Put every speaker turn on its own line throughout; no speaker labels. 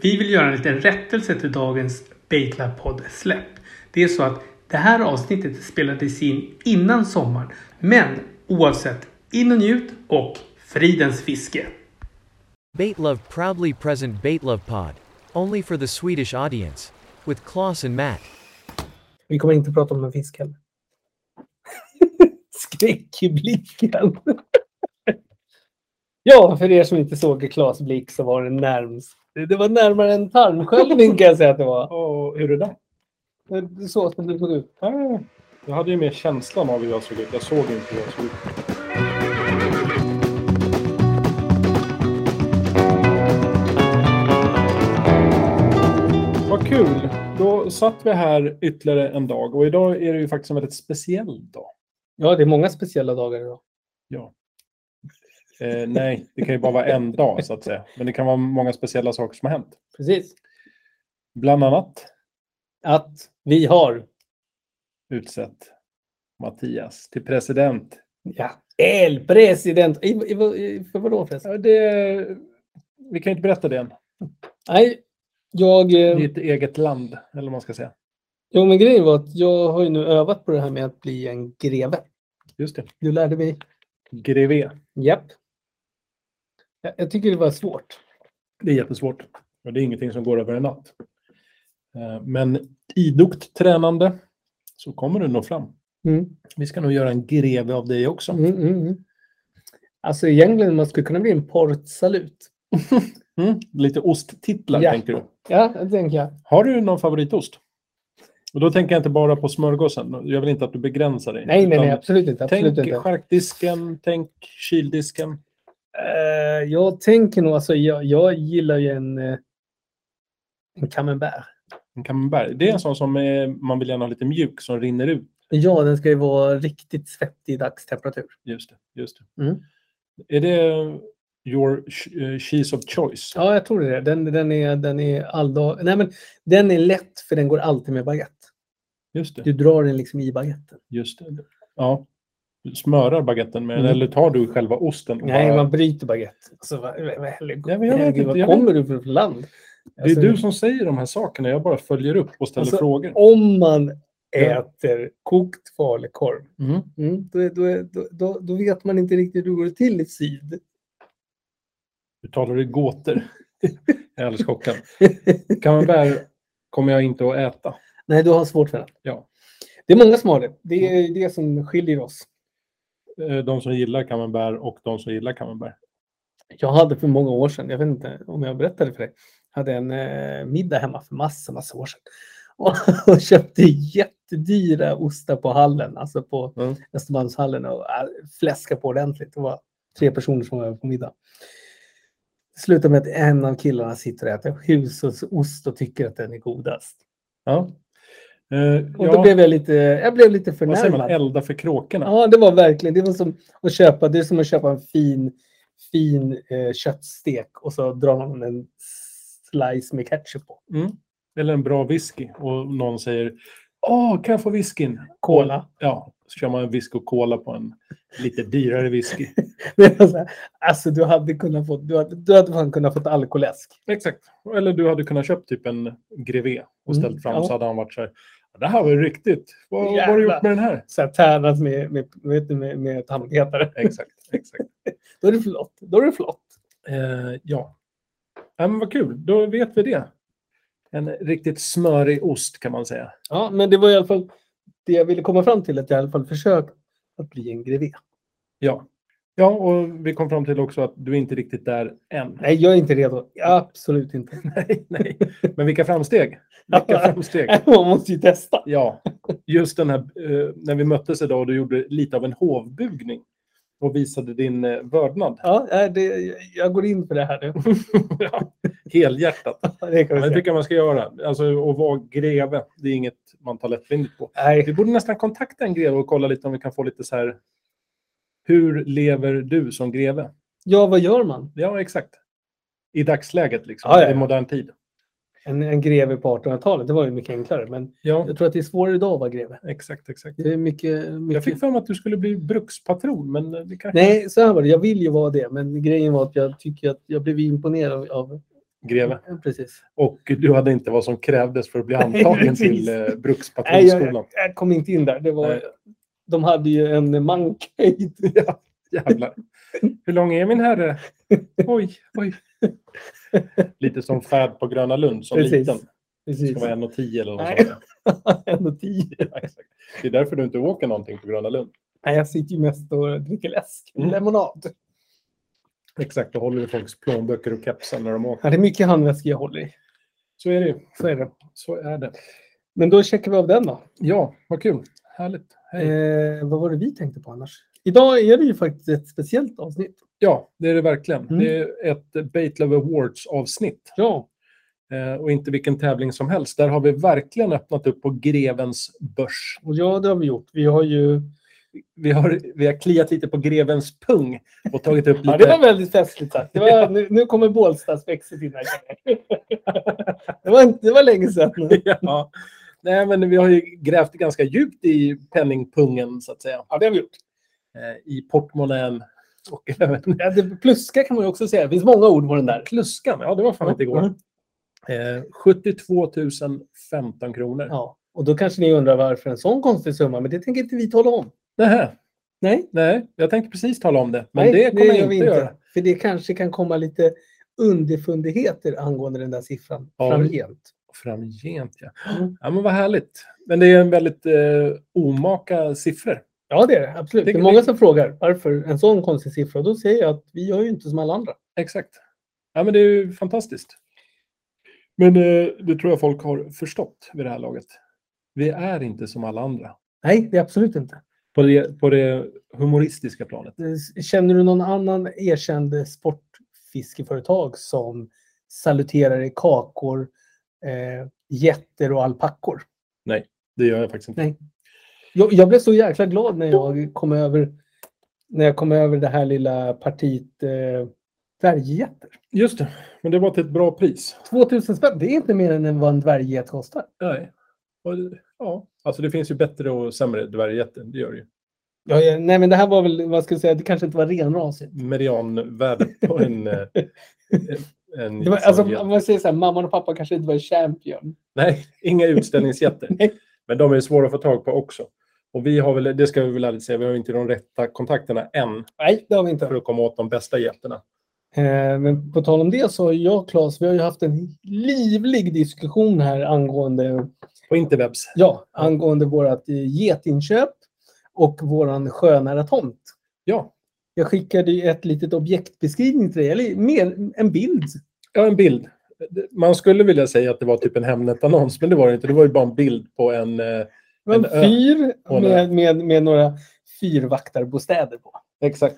Vi vill göra en liten rättelse till dagens Baitlab-podd släpp. Det är så att det här avsnittet spelades in innan sommaren. Men oavsett, in och njut och fridens fiske!
Baitlove proudly present Baitlove Pod, only for the Swedish audience, with Klaus and Matt.
Vi kommer inte prata om en fisk heller. Skräck i blicken. ja, för er som inte såg Klas blick så var det närmst. Det var närmare en tarmsköljning kan jag säga att det var.
Och hur är det där?
Det är Så som det såg ut.
Ah, Jag hade ju mer känslan av hur jag såg ut. Jag såg inte hur jag såg ut. Vad kul! Då satt vi här ytterligare en dag och idag är det ju faktiskt en väldigt speciell dag.
Ja, det är många speciella dagar idag.
Eh, nej, det kan ju bara vara en dag så att säga. Men det kan vara många speciella saker som har hänt.
Precis.
Bland annat
Att vi har...
utsett Mattias till president.
Ja. El president. I, i, i, för vadå förresten?
Ja, Det, vi kan ju inte berätta det än.
Nej, jag... eh,
Ditt eget land, eller vad man ska säga.
Jo, men grejen var att jag har ju nu övat på det här med att bli en greve.
Just det.
Du lärde mig.
Greve.
Japp. Jag, jag tycker det var svårt.
Det är jättesvårt. Och det är ingenting som går över en natt. Eh, Men idogt tränande så kommer du nå fram.
Mm.
Vi ska nog göra en greve av dig också.
Mm, mm, mm. Alltså egentligen, man skulle kunna bli en portsalut.
Mm, Lite osttitlar
Ja.
tänker du.
Ja, det tänker jag.
Har du någon favoritost? Och då tänker jag inte bara på smörgåsen. Jag vill inte att du begränsar dig.
Nej, nej,
Utan
nej, absolut inte. Absolut
Tänk
inte.
charkdisken, tänk kyldisken.
Eh, jag tänker nog, alltså jag, jag gillar ju en, eh, en camembert.
En camembert. Det är en sån som eh, man vill gärna ha lite mjuk, som rinner ut.
Men Ja, den ska ju vara riktigt svettig i dagstemperatur.
Just det. Just det.
Mm.
Är det your ch- eh, cheese of choice?
Ja, jag tror det. är det. Den, den är, den är alldag... Nej, men den är lätt för den går alltid med baguette.
Just det.
Du drar den liksom i baguetten.
Just det. Ja. Du smörar baguetten med den,
Mm.
eller tar du själva osten? och
Nej,
bara-
man bryter baguette. Alltså, vad, vad, vad, helg-
Nej, men jag vet
herregud,
inte,
vad
jag vet
kommer du för land?
Det är
Alltså,
du som säger de här sakerna. Jag bara följer upp och ställer
Alltså,
frågor.
Om man äter kokt falukorv,
Mm.
mm, då, är- då, är- då, då, då vet man inte riktigt hur det går till i syd.
Du talar i gåtor. jag är alldeles chockad. Camembert kommer jag inte att äta.
Nej, du har svårt för det.
Ja.
Det är många som har det. Det är det som skiljer oss.
Eh, De som gillar camembert och de som gillar camembert.
Jag hade för många år sedan, jag vet inte om jag berättade för dig, hade en eh, middag hemma för massa, massa år sedan. Och, och köpte jättedyra ostar på hallen, alltså på
Mm.
Östermalmshallen och äh, fläskade på ordentligt. Det var tre personer som var på middag. Det slutar med att en av killarna sitter och äter hushållsost och tycker att den är godast.
Ja. Eh,
Och
ja,
då blev jag lite, jag blev lite
vad säger man?
förnärmad.
Elda för kråkorna.
Ja, det var verkligen. Det var som att köpa, det är som att köpa en fin, fin eh, köttstek och så drar man en slice med ketchup på.
Eller en bra whisky. Och någon säger Åh, kan jag få whiskyn?
Cola.
Ja, så kör man en whisky och cola på en lite dyrare whisky.
Det var så här, Alltså, du hade kunnat få, du hade, du hade fan kunnat fått alkoläsk.
Exakt. Eller du hade kunnat köpa typ en grevé och ställt
Mm,
fram
ja.
så hade han varit så här. Det här var ju riktigt. Vad, vad har du
Jävlar."
gjort med den här?
Så här tärnat med, med, med, med, med tandpetare.
Exakt. exakt.
Då är det flott. Då är det flott.
Eh, ja. ja men vad kul. Då vet vi det. En riktigt smörig ost kan man säga.
Ja, men det var i alla fall det jag ville komma fram till, att jag i alla fall försökt att bli en grevé.
Ja. Ja, och vi kom fram till också att du är inte riktigt där än.
Nej, jag är inte redo. Absolut inte.
Nej, nej. Men vilka framsteg! Vilka framsteg!
Man måste ju testa.
Ja, just den här eh, när vi möttes idag och du gjorde lite av en hovbugning och visade din eh, vördnad.
Ja, nej, det, jag går in för det här nu.
Ja, helhjärtat.
Ja, Det kan vi
Men det
säga.
tycker jag man ska göra. Alltså att vara greve, det är inget man tar lättvindigt på.
Nej,
Vi borde nästan kontakta en greve och kolla lite om vi kan få lite så här. Hur lever du som greve?
ja, vad gör man?
Ja, exakt. I dagsläget, liksom,
Ja, ja, ja.
i modern tid.
En, en greve på 1800-talet, det var ju mycket enklare. Men
Ja,
jag tror att det är svårare idag att vara greve.
exakt, exakt.
Det är mycket, mycket...
Jag fick för mig att du skulle bli brukspatron, men eh, det kanske...
Nej, så här var det. Jag vill ju vara det. Men grejen var att jag tycker att jag blev imponerad av
greve.
Ja, precis.
Och du hade inte vad som krävdes för att bli antagen
precis.
till eh,
Nej, jag,
Brukspatrullskolan.
jag, jag kom inte in där. Det var,
Nej.
de hade ju en mankade.
Jävlar. Hur lång är min herre? Oj, oj. Lite som färd på Gröna Lund som
Precis.
liten. Det
Precis.
ska vara 1,10 eller något
Nej.
sånt. där.
En och tio.
Ja, exakt. Det är därför du inte åker någonting på Gröna Lund.
Nej, jag sitter ju mest och dricker läsk.
Mm.
Lemonad.
Exakt, och håller i folks plånböcker och kepsar när de åker.
Ja, det är mycket handväska jag håller i.
Så är det ju.
Så är det.
Så är det.
Men då checkar vi av den då.
Ja, vad kul. Härligt. Hej.
Eh, vad var det vi tänkte på annars? Idag är det ju faktiskt ett speciellt avsnitt.
Ja, det är det verkligen.
Mm.
Det är ett Baitlove Awards-avsnitt.
Ja,
Eh, och inte vilken tävling som helst. Där har vi verkligen öppnat upp på grevens börs.
och ja, det har vi gjort. Vi har ju...
Vi har, vi har kliat lite på grevens pung och tagit upp lite...
Ja, det var väldigt festligt sagt. Det var, nu, nu kommer Bålstadsväxet in här. Det var, inte- det var länge sedan.
ja. Nej, men vi har ju grävt ganska djupt i penningpungen, så att säga.
Ja, det har vi gjort.
Eh, I portmonnän och även
Ja, det, pluska kan man ju också säga. Det finns många ord på den där.
kluskan. Ja, det var fan inte igår. Eh, 72 015 kronor.
Ja, och då kanske ni undrar varför en sån konstig summa, men det tänker inte vi tala om.
Nähä.
Nej,
Nej, jag tänkte precis tala om det. Men
nej,
det kommer jag
vi
inte göra.
För det kanske kan komma lite underfundigheter angående den där siffran
Ja.
framgent.
Framgent, ja.
Mm.
ja men vad härligt. Men det är en väldigt eh, omaka siffror.
Ja, det är det. Absolut. Det är
Det-
många som frågar varför en sån konstig siffra. Och Då säger jag att vi gör ju inte som alla andra.
Exakt. Ja, men det är ju fantastiskt. Men eh, det tror jag folk har förstått vid det här laget. Vi är inte som alla andra.
Nej, det är absolut inte.
På det, på det humoristiska planet.
Känner du någon annan erkänd sportfiskeföretag som saluterar i kakor, eh, getter och alpackor?
Det gör jag faktiskt inte.
Nej. Jag, jag blev så jäkla glad när jag kom över, när jag kom över det här lilla partiet eh, dvärggetter.
Just det. Men det var till ett bra pris.
2000 spänn, det är inte mer än vad en dvärgget kostar.
Nej. Och, det- ja. Alltså det finns ju bättre och sämre dvärgjätter. Det gör det ju.
Ja, ja, nej, men det här var väl, vad ska jag säga, det kanske inte var renrasigt.
Medianvärdet på en... eh, en
Det var,
sån
alltså,
jätte.
om man säger så här, mamman och pappa kanske inte var champion.
Nej, inga utställningsjätter.
Nej.
Men de är svåra att få tag på också. Och vi har väl, det ska vi väl ärligt säga, vi har ju inte de rätta kontakterna än
Nej, det har vi inte.
för att komma åt de bästa jätterna.
Eh, Men på tal om det så har jag och Claes, vi har ju haft en livlig diskussion här angående,
På interwebs.
ja, angående vårat eh, getinköp och våran sjönära tomt.
Ja,
Jag skickade ju ett litet objektbeskrivning till dig, eller mer en bild.
ja en bild. Man skulle vilja säga att det var typ en Hemnet-annons, men det var det inte. Det var ju bara en bild på en... eh,
Det var en
En ö.
fyr
Och en
med, med, med några fyrvaktarbostäder på.
Exakt.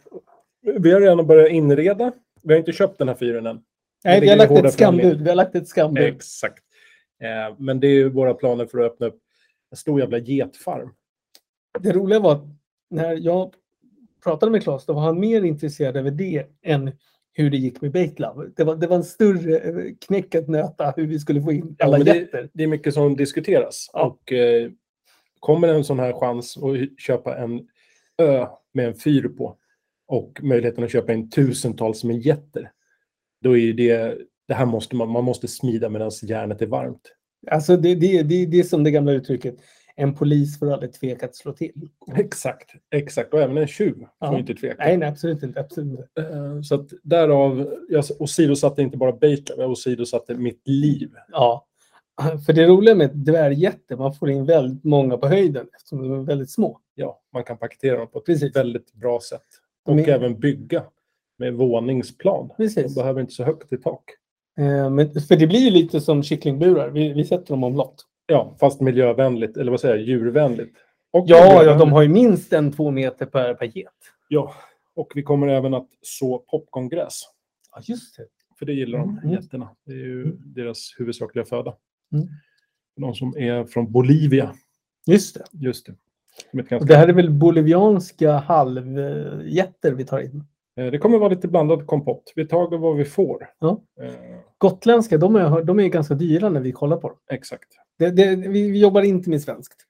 Vi har redan börjat inreda. Vi har inte köpt den här fyren än.
Nej, vi
ligger
har
i
lagt
hårda
ett skambud. Vi har lagt ett skambud.
Exakt. Eh, Men det är ju våra planer för att öppna upp en stor jävla getfarm.
Det roliga var att när jag pratade med Claes, då var han mer intresserad över det än hur det gick med Baitlove. Det var, det var en större eh, knäck att nöta hur vi skulle få in
Ja,
alla
men
getter.
det är mycket som diskuteras.
Ja.
Och eh, kommer en sån här chans att hy- köpa en ö med en fyr på och möjligheten att köpa in tusentals med jätter, då är ju det... Det här måste man, man måste smida medan järnet är varmt.
Alltså det, det, det, det är som det gamla uttrycket, en polis får aldrig tveka att slå till.
Exakt, exakt. Och även en tjuv
Ja.
får ju inte tveka.
Nej, nej absolut inte. Absolut inte.
Eh, Så att därav, jag åsidosatte inte bara Baitlove, jag åsidosatte mitt liv.
Ja. För det roliga med dvärggätter, man får in väldigt många på höjden eftersom de är väldigt små.
Ja, man kan paketera dem på ett
Precis.
väldigt bra sätt. Och
De är-
även bygga med våningsplan.
Precis.
De behöver inte så högt i tak.
Eh, Men, för det blir ju lite som kycklingburar. Vi, vi sätter dem omlott.
Ja, fast miljövänligt, eller vad säger jag, djurvänligt. Och
Ja, ja,
miljövänligt.
de har ju minst en två meter per, per get.
ja, och vi kommer även att så popcorngräs.
Ja, just det.
För det gillar de,
Mm.
getterna. Det är ju deras huvudsakliga föda.
Mm.
De som är från Bolivia,
Just det.
just det. De är ett
Och
ganska-
det här är väl bolivianska halvjätter vi tar in.
Eh, Det kommer vara lite blandad kompott. Vi tar vad vi får.
Ja.
Eh,
Gotländska, de, har jag hört, de är ju ganska dyra när vi kollar på dem.
exakt.
Det, det, vi, vi jobbar inte med svenskt.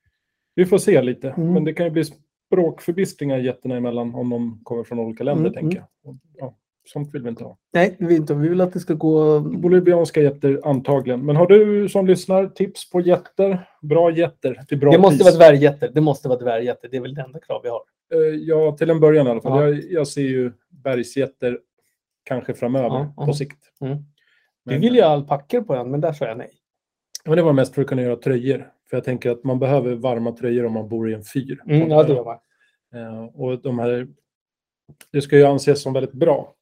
Vi får se lite,
Mm.
men det kan ju bli språkförbistringar jätterna emellan om de kommer från olika länder,
Mm,
tänker jag. Och, Ja, Sånt vill vi inte ha.
Nej, det vill vi inte. Vi vill att det ska gå...
Bolivianska jätter antagligen. Men har du som lyssnar tips på jätter? Bra jätter till bra
Det måste
pris?
vara dvärgjätter. Det måste vara dvärgjätter. Det är väl det enda krav vi har.
Eh, Ja, till en början i alla fall.
Ja.
Jag, jag ser ju bergsgetter kanske framöver
Ja, ja.
på sikt.
Mm. Vi
Men-
vill ju ha alpackor på den, men där sa jag nej.
Men det var mest för att kunna göra tröjor. För jag tänker att man behöver varma tröjor om man bor i en fyr.
Mm, ja, det gör man.
Eh, Och de här, det ska ju anses som väldigt bra.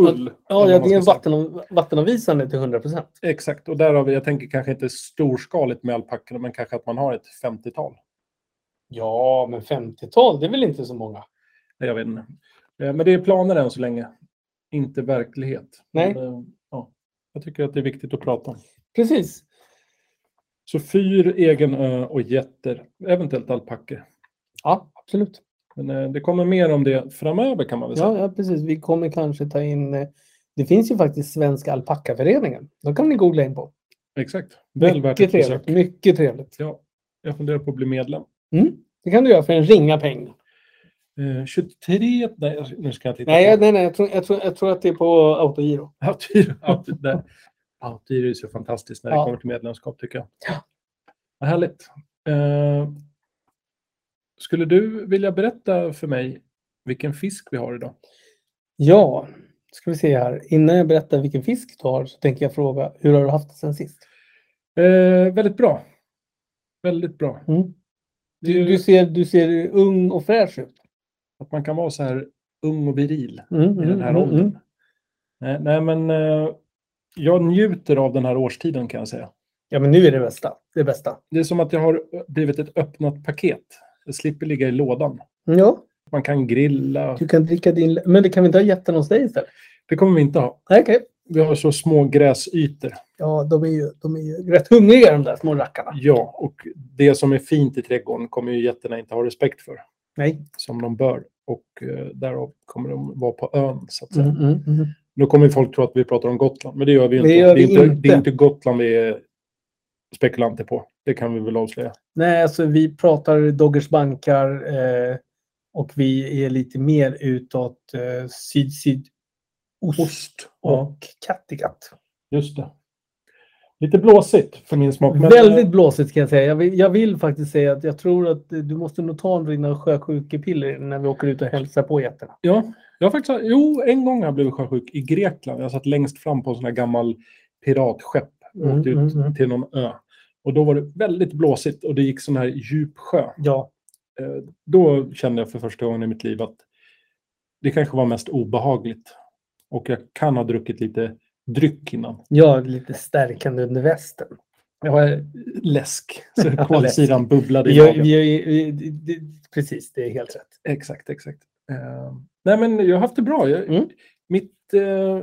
Ull.
Ja,
eller
ja
vad
det är
man
en
ska
vatten, vattenavvisande till 100 procent.
säga. Exakt, och där har vi, jag tänker kanske inte storskaligt med alpackorna, men kanske att man har ett 50-tal.
Ja, men 50-tal, det är väl inte så många?
Nej, Jag vet inte. Eh, Men det är planer än så länge, inte verklighet.
Nej.
Men, eh, ja, jag tycker att det är viktigt att prata om.
Precis.
Så fyr, egen ö och jätter, eventuellt alpackor.
Ja, absolut.
Men eh, det kommer mer om det framöver kan man väl säga.
Ja, ja, precis. Vi kommer kanske ta in... eh, Det finns ju faktiskt Svenska alpackaföreningen. De kan ni googla in på.
Exakt. Väl värt ett
Mycket
besök.
trevligt. Mycket trevligt. Mm,
Ja, jag funderar på att bli medlem.
Det kan du göra för en ringa peng.
Eh, 23... Nej, nu ska jag titta.
Nej, jag,
på.
nej, nej jag, tror, jag, tror, jag tror att det är på autogiro.
Outdyr. Outdyr. där. Outdyr är så fantastiskt när det
Ja.
kommer till medlemskap tycker jag.
Ja.
Vad härligt. Eh, skulle du vilja berätta för mig vilken fisk vi har idag?
Ja, ska vi se här. Innan jag berättar vilken fisk du har så tänker jag fråga, hur har du haft det sen sist?
Eh, väldigt bra. Väldigt bra.
Mm.
Det är ju
Du, du, ser, du ser ung och fräsch ut.
att man kan vara så här ung och viril.
Mm,
i den här
mm,
åldern.
mm.
Nej, nej men eh, jag njuter av den här årstiden kan jag säga.
Ja, men nu är det bästa. Det bästa.
Det är som att jag har blivit ett öppnat paket. Jag slipper ligga i lådan.
Ja,
Man kan grilla.
du kan dricka din... Men det kan vi inte ha jätten hos dig istället?
Det kommer vi inte ha.
Nej, Okej.
Vi har så små gräsytor.
Ja, de är, ju, de är ju rätt hungriga de där små rackarna.
Ja, och det som är fint i trädgården kommer ju jätterna inte ha respekt för.
Nej.
Som de bör. Och eh, därav kommer de vara på ön så att säga.
Mm, mm, mm.
Nu kommer ju folk tro att vi pratar om Gotland, men det gör vi ju
Det
inte.
gör
det, är
vi
inte,
inte.
det är inte Gotland vi är spekulanter på. Det kan vi väl avslöja.
Nej, alltså vi pratar Doggers bankar eh, och vi är lite mer utåt eh, syd, syd,
Ost. Ja,
och Kattegatt.
just det. Lite blåsigt för min smak. men,
Väldigt
eh,
blåsigt kan jag säga. Jag vill, jag vill faktiskt säga att jag tror att eh, du måste nog ta dina sjösjukepiller när vi åker ut och hälsar på getterna.
Ja, jag har faktiskt, jo, en gång har jag blivit sjösjuk i Grekland. Jag satt längst fram på en sån här gammal piratskepp och
Mm,
åkte
mm,
ut
mm.
till någon ö. Och då var det väldigt blåsigt och det gick sån här djup sjö.
Ja,
Eh, Då kände jag för första gången i mitt liv att det kanske var mest obehagligt. Och jag kan ha druckit lite dryck innan.
jag är lite stärkande under västen.
Jag var läsk. Så kolsyran bubblade i
Vi,
magen.
vi, vi, vi, det- precis, det är helt rätt.
Exakt, exakt. Eh, nej, men jag har haft det bra. Jag,
Mm.
mitt, eh,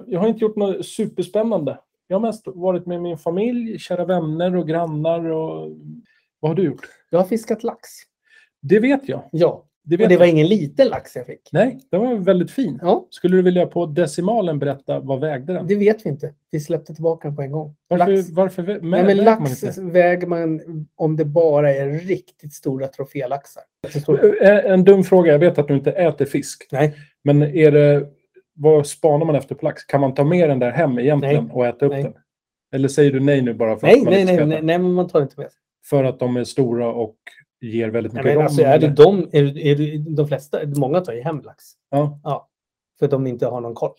jag har inte gjort något superspännande. Jag har mest varit med min familj, kära vänner och grannar. Och... Vad har du gjort?
Jag har fiskat lax.
Det vet jag.
Ja,
Det vet
och det var
jag.
ingen liten lax jag fick.
Nej, den var väldigt fin.
Ja,
Skulle du vilja på decimalen berätta vad vägde den?
det vet vi inte. Vi släppte tillbaka den på en gång.
varför,
Lax.
varför vä-
Nej,
väger
men
man
lax
inte?
väger man om det bara är riktigt stora trofélaxar. Jättestora.
Eh, En dum fråga. Jag vet att du inte äter fisk.
Nej.
Men är det, vad spanar man efter på lax? Kan man ta med den där hem egentligen och äta upp
Nej.
den? Eller säger du nej nu bara för
Nej,
att man
nej,
inte ska
nej,
äta?
nej, nej, men man tar inte med sig.
För att de är stora och ger väldigt
Nej,
mycket
men
rom,
alltså, är det
eller?
de, är, det- är det, de flesta, många tar ju hem lax.
Ja,
För de inte har någon koll.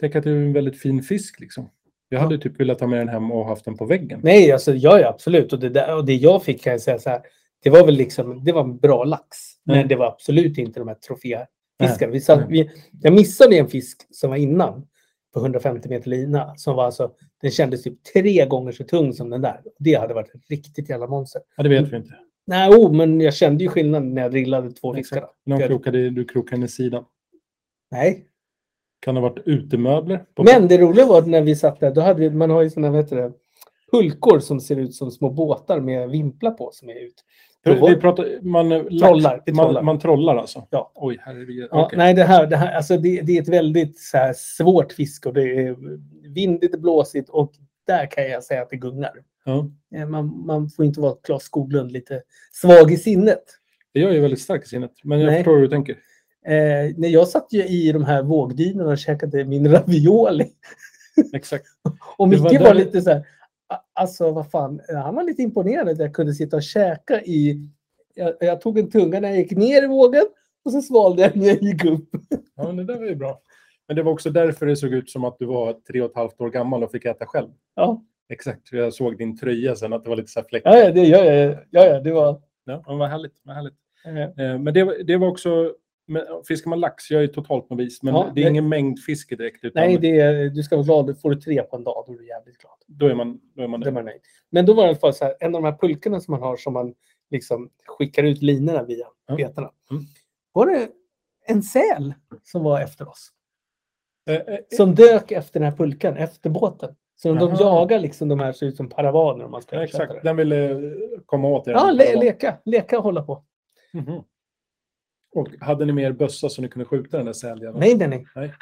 tänk att det är en väldigt fin fisk liksom. Jag hade typ velat ta med den hem och haft den på väggen.
Nej, alltså jag är absolut. Och det, där, och det jag fick kan jag säga så här. Det var väl liksom, det var en bra lax.
Mm.
Men det var absolut inte de här troféfiskarna. Vi
Nej.
satt, vi, jag missade en fisk som var innan på 150 meter lina. Som var alltså, den kändes typ tre gånger så tung som den där. Det hade varit ett riktigt jävla monster.
Ja, det vet vi inte.
Nej, oh, men jag kände ju skillnaden när jag drillade två fiskar. då.
De
Gör-
krokade, du krokade i sidan.
Nej.
Kan det ha varit utemöbler? På
Men det roliga var att när vi satt där, då hade vi, man har ju sådana, vad heter det, pulkor som ser ut som små båtar med vimplar på som är ut.
vi pratar, man, eh, lax-
Trollar, vi trollar.
Man, man trollar alltså?
Ja.
Oj, herregud.
Ja,
Okej.
Nej, det här, det, här, alltså det, det är ett väldigt så här, svårt fiske och det är vindigt och blåsigt och där kan jag säga att det gungar.
Ja.
Eh, Man, man får inte vara Claes Skoglund lite svag i sinnet.
Jag är ju väldigt stark i sinnet, men jag
Nej.
förstår hur du tänker.
Eh, nej, jag satt ju i de här vågdynorna och käkade min ravioli.
Exakt.
Och
Det
Micke var,
var där-
lite så här, "A- alltså vad fan, han var lite imponerad att jag kunde sitta och käka i, jag, jag tog en tunga när jag gick ner i vågen och så svalde jag när jag gick upp.
Ja, men det där var ju bra. Men det var också därför det såg ut som att du var tre och ett halvt år gammal och fick äta själv.
Ja,
Exakt, för jag såg din tröja sen att det var lite så här fläckar.
ja, ja det gör jag. Ja, ja, det var...
Ja, men vad härligt. Vad härligt.
Eh,
Eh, Men det, var- det var också... Men fiskar man lax, jag är totalt novis, men
Ja,
det är
det-
ingen mängd fiske direkt. Utan
nej, det är, du ska vara glad. Du Får du tre på en dag, då är du jävligt glad.
Då är man, då är man
Då är
nöjd.
man nöjd. Men då var det i alla fall så här, en av de här pulkorna som man har som man liksom skickar ut linorna via
Ja.
betarna.
Mm.
Var det en säl som var efter oss?
Eh, eh,
Som dök efter den här pulkan, efter båten. Så de
Jaha.
jagar liksom de här, ser ut som paravaner om man ska
Ja,
översätta
exakt,
det.
den ville eh, komma åt er.
Ja, le leka, leka och hålla på.
Mhm. Och hade ni med er bössa så ni kunde skjuta den där säljaren?
Nej, nej, nej.
Utan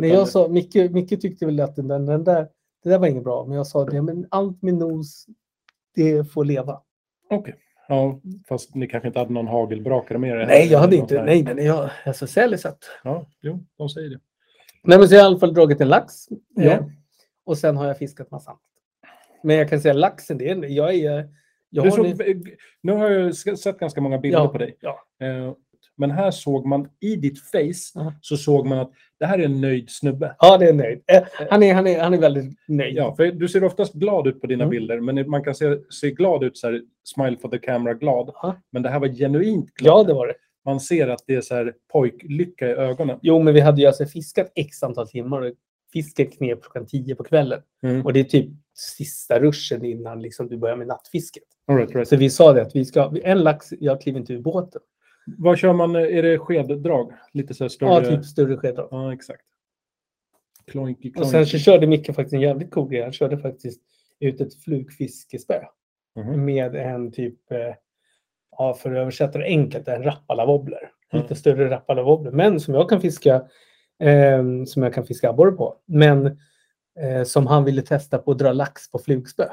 Men jag sa, Micke, Micke tyckte väl att den, den, den där, det där var inget bra. Men jag sa det, men allt med nos, det får leva.
Okej. Ja, fast ni kanske inte hade någon hagelbrakare med er?
Nej, jag hade
Eller
inte,
något.
nej, nej, nej, jag, alltså säl är sött.
Ja, jo, de säger det.
Nej, men så har jag i alla fall dragit en lax.
Ja.
Eh, Och sen har jag fiskat massa annat. Men jag kan säga laxen, det är, jag är... Jag
Du
har
såg,
en-
eh, Nu har jag s- sett ganska många bilder
ja,
på dig.
Ja.
Eh, Men här såg man, i ditt face,
Ja.
så såg man att det här är en nöjd snubbe.
ja, det är nöjd. Eh, Han är, han är, han är väldigt nöjd.
Ja, för du ser oftast glad ut på dina
Mm.
bilder, men man kan se, se glad ut så här, smile for the camera-glad.
Ja.
Men det här var genuint glad.
ja, det var det.
Man ser att det är så här pojklycka i ögonen.
Jo, men vi hade ju alltså fiskat x antal timmar. och Fisken knep klockan 10 på kvällen.
Mm.
Och det är typ sista ruschen innan liksom du börjar med nattfisket.
All right, right.
Så vi sa det att vi ska, en lax, jag kliver inte ur båten.
Vad kör man? eh, Är det skeddrag? Lite så här större?
Ja, typ större skedar.
Ja, exakt. Kloinky, kloinky.
Och sen så körde Micke faktiskt en jävligt cool grej. Han körde faktiskt ut ett flugfiskespö
Mhm.
med en typ, eh, ja, för att översätta det enkelt, en rappalavobler. Lite
Mm.
större rappalavobler, men som jag kan fiska eh, som jag kan fiska abborre på. Men eh, som han ville testa på att dra lax på flugspö.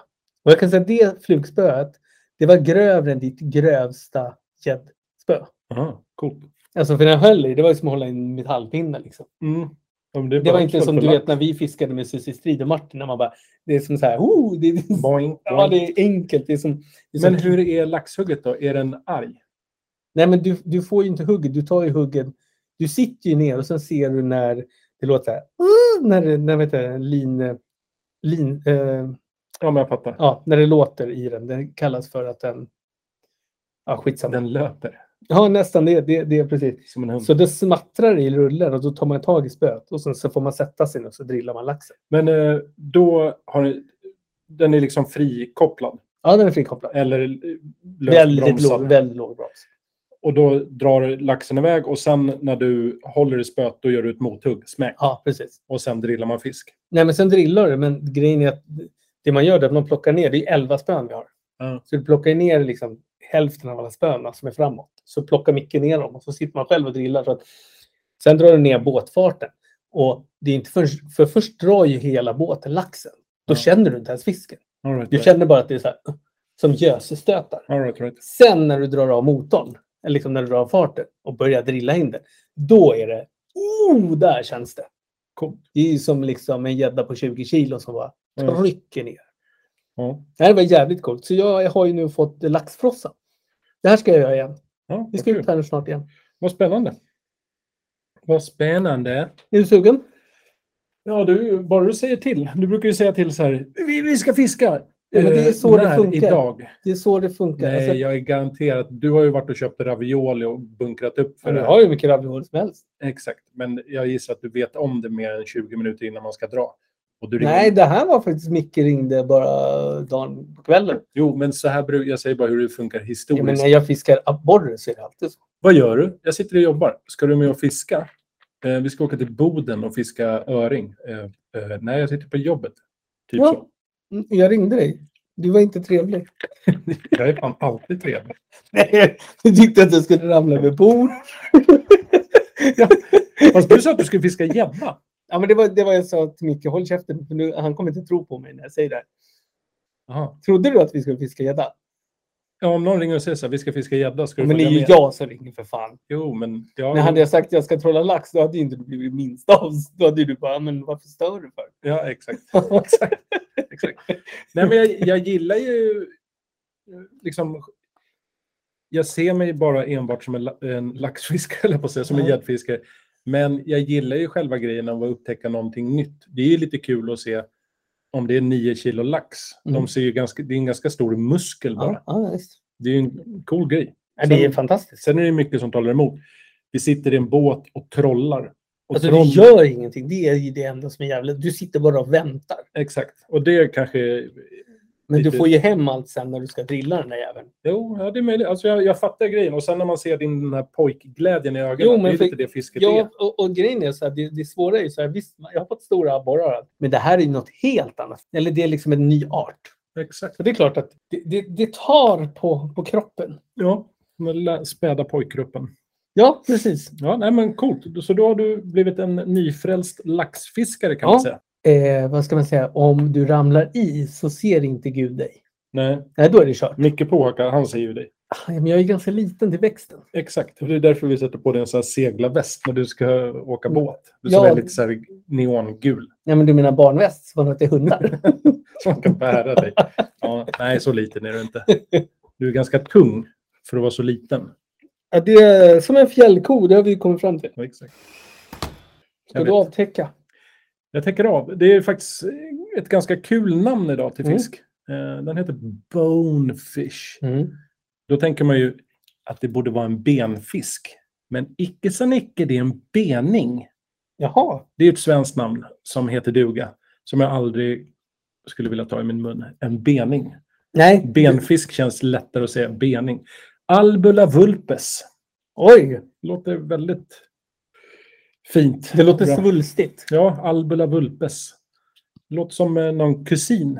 Och jag kan säga att det flugspöet, det var grövre än ditt grövsta gäddspö.
Aha, coolt.
Alltså för när jag höll i, det var ju som att hålla i en metallpinne. Liksom.
Mm. Ja, men det, är
Det var
bara
inte
kul
som
för
du
lax.
vet när vi fiskade med Susie Strid och Martin. När man bara, det är som så här, oh, det, är-
Boing,
ja,
boing.
det är enkelt. Det är som, det är som,
Men hur är laxhugget då? Är den arg?
nej, men du, du får ju inte hugget, du tar ju huggen. Du sitter ju ner och sen ser du när det låter så här, "Uh", när, det- när vet jag, lin, lin, eh,
Ja, men jag fattar.
ja, när det låter i den. Det kallas för att den, ja skitsamma.
Den löper
Ja nästan, det, det, det är precis.
som en hund.
Så det smattrar i rullen och då tar man tag i spöet och sen så får man sätta sig ner och så drillar man laxen.
Men eh, då har ni... Den är liksom frikopplad
Ja, den är frikopplad.
eller eh, löst
Väldigt
bromsad.
låg, väldigt låg broms.
Och då drar laxen iväg och sen när du håller i spöet då gör du ett mothugg, smäck,
Ja, precis.
och sen drillar man fisk.
Nej, men sen drillar du, men grejen är att det man gör är att man plockar ner, det är 11 spön vi har.
Ja.
Så du plockar ner liksom hälften av alla spöna som är framåt. Så plockar Micke ner dem och så sitter man själv och drillar. Så att, sen drar du ner båtfarten. Och det är inte för, för först drar ju hela båten laxen. Då
Ja.
känner du inte ens fisken.
All right,
Du
right.
känner bara att det är så här, uh, som gösestötar.
All right, right.
Sen när du drar av motorn, eller liksom när du drar av farten och börjar drilla in den, då är det... Oh, där känns det.
Coolt.
Det är ju som liksom en gädda på 20 kilo som bara
Mm.
rycker ner.
Ja.
Det här var jävligt coolt. Så jag har ju nu fått laxfrossa. Det här ska jag göra igen.
Ja,
Vi
vad
ska
kul.
ut här nu snart igen.
Vad spännande. Vad spännande.
Är du sugen?
Ja, du, bara du säger till. Du brukar ju säga till så här, vi, vi ska fiska.
Ja, men det är så
Eh,
det
när
funkar.
Idag.
Det är så det funkar.
Nej,
Alltså,
jag är garanterat. Du har ju varit och köpt ravioli och bunkrat upp för
men
det
du
här.
har ju hur mycket ravioli som helst.
Exakt, men jag gissar att du vet om det mer än 20 minuter innan man ska dra. Och du ringer.
Nej, det här var faktiskt Micke ringde bara dagen på kvällen.
Jo, men så här brukar jag säger bara hur det funkar
Ja,
historiskt.
men när jag fiskar abborre så är det alltid så.
Vad gör du? Jag sitter och jobbar. Ska du med och fiska? Eh, vi ska åka till Boden och fiska öring. Eh, eh, nej, jag sitter på jobbet. Typ
Ja.
så.
Mm, Jag ringde dig. Du var inte trevlig.
Jag är fan alltid trevlig.
Nej, du tyckte att jag skulle ramla över bord.
Fast du sa att du skulle fiska gädda.
Ja, men det var det var jag sa till Micke. Håll käften, för nu, han kommer inte tro på mig när jag säger det. här.
Jaha.
Trodde du att vi skulle fiska gädda?
Ja, om någon ringer och säger så här, vi ska fiska gädda, ska du
Men det är
följa
ju
med?
jag som ringer för fan.
Jo, men... Ja,
Men hade jag sagt att jag ska trolla lax, då hade ju inte du blivit minsta av. Då hade ju du bara, men varför stör du för?
ja exakt. exakt. exakt. Nej, men jag, jag gillar ju... eh, Liksom, jag ser mig bara enbart som en, la- en laxfiskare, eller på att säga, som en
Ja.
gäddfiskare. Men jag gillar ju själva grejen av att upptäcka någonting nytt. Det är ju lite kul att se om det är 9 kilo lax.
Mm.
De ser ju ganska, det är en ganska stor muskel bara.
Ja, ja, visst.
Det är ju en cool grej.
Ja, det är
Sen-
fantastiskt.
Sen är det mycket som talar emot. Vi sitter i en båt och trollar. Och
Alltså,
troll-
du gör ingenting. Det är ju det enda som är jävligt. Du sitter bara och väntar.
Exakt. Och det kanske...
Men du
Lite-
får ju hem allt sen när du ska drilla den där jäveln.
Jo, ja, det är möjligt. Alltså, jag, jag fattar grejen. Och sen när man ser din den här pojkglädjen i ögonen.
Jo, men
det är
för-
lite det fisket
Ja,
är.
och, och grejen är så här, det, det svåra är ju så här, visst, jag har fått stora abborrar, men det här är ju något helt annat. Eller det är liksom en ny art.
Exakt.
Så det är klart att det, det, det tar på, på kroppen.
Ja, den lilla späda pojkgruppen.
Ja, precis.
Ja, nej men coolt. Så då har du blivit en nyfrälst laxfiskare kan
Ja.
man säga.
Eh, vad ska man säga? Om du ramlar i så ser inte Gud dig.
Nej,
Nej, då är det kört.
Micke Påhaka, han ser ju dig.
Ah, Men jag är ganska liten till växten.
Exakt. Och Det är därför vi sätter på dig en sån här seglarväst när du ska åka
Mm.
båt. Du
Ja.
ser väldigt så här neongul.
Nej, men du menar barnväst som har till hundar?
som kan bära dig. Ja, nej, så liten är du inte. Du är ganska tung för att vara så liten.
ja, det är som en fjällko, det har vi kommit fram till.
Ja, Exakt.
Ska
Jag,
du
vet.
avtäcka?
jag täcker av. Det är faktiskt ett ganska kul namn idag till
Mm.
fisk. Eh, Den heter Bonefish.
Mm.
Då tänker man ju att det borde vara en benfisk. Men icke sa Nicke, det är en bening.
Jaha.
Det är ett svenskt namn som heter duga. Som jag aldrig skulle vilja ta i min mun. En bening.
Nej.
Benfisk känns lättare att säga. Bening. Albula vulpes.
Oj,
Låter väldigt fint.
det låter
Bra.
svulstigt.
Ja, albula vulpes. Låter som eh, någon kusin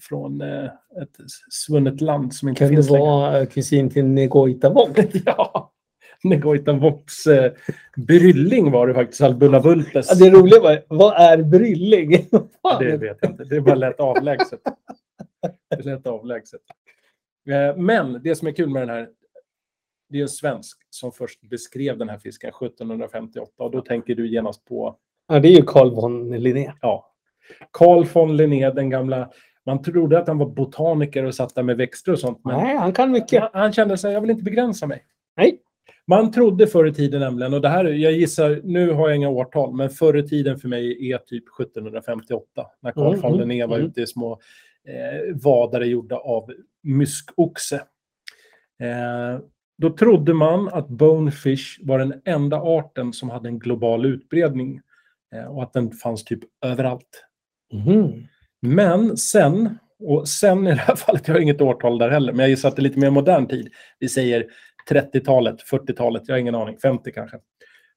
från eh, ett svunnet land som inte
Kan
finns
det vara eh, kusin till Negoita Wong?
längre. ja. Negoita Vox eh, brylling var det faktiskt, albula vulpes.
Ja, det roliga var, vad är brylling? Vad fan
Det
är-
vet jag inte. Det bara lät avlägset. Det lät avlägset. Eh, Men det som är kul med den här, det är en svensk som först beskrev den här fisken 1758 och då tänker du genast på
Ja, det är ju Carl von Linné.
ja, Carl von Linné, den gamla. Man trodde att han var botaniker och satt där med växter och sånt. Men
Nej, han kan mycket.
han- han kände sig, jag vill inte begränsa mig.
Nej.
Man trodde förr i tiden nämligen, och det här, jag gissar, nu har jag inga årtal, men förr i tiden för mig är typ 1758, när Carl
Mm,
von
mm,
Linné var
mm.
ute i små eh, vadare gjorda av myskoxe. Eh, då trodde man att bonefish var den enda arten som hade en global utbredning eh, och att den fanns typ överallt.
Mhm.
Men sen, och sen i det här fallet, jag har inget årtal där heller, men jag gissar att det är lite mer modern tid. Vi säger 30-talet, 40-talet, jag har ingen aning, 50 kanske.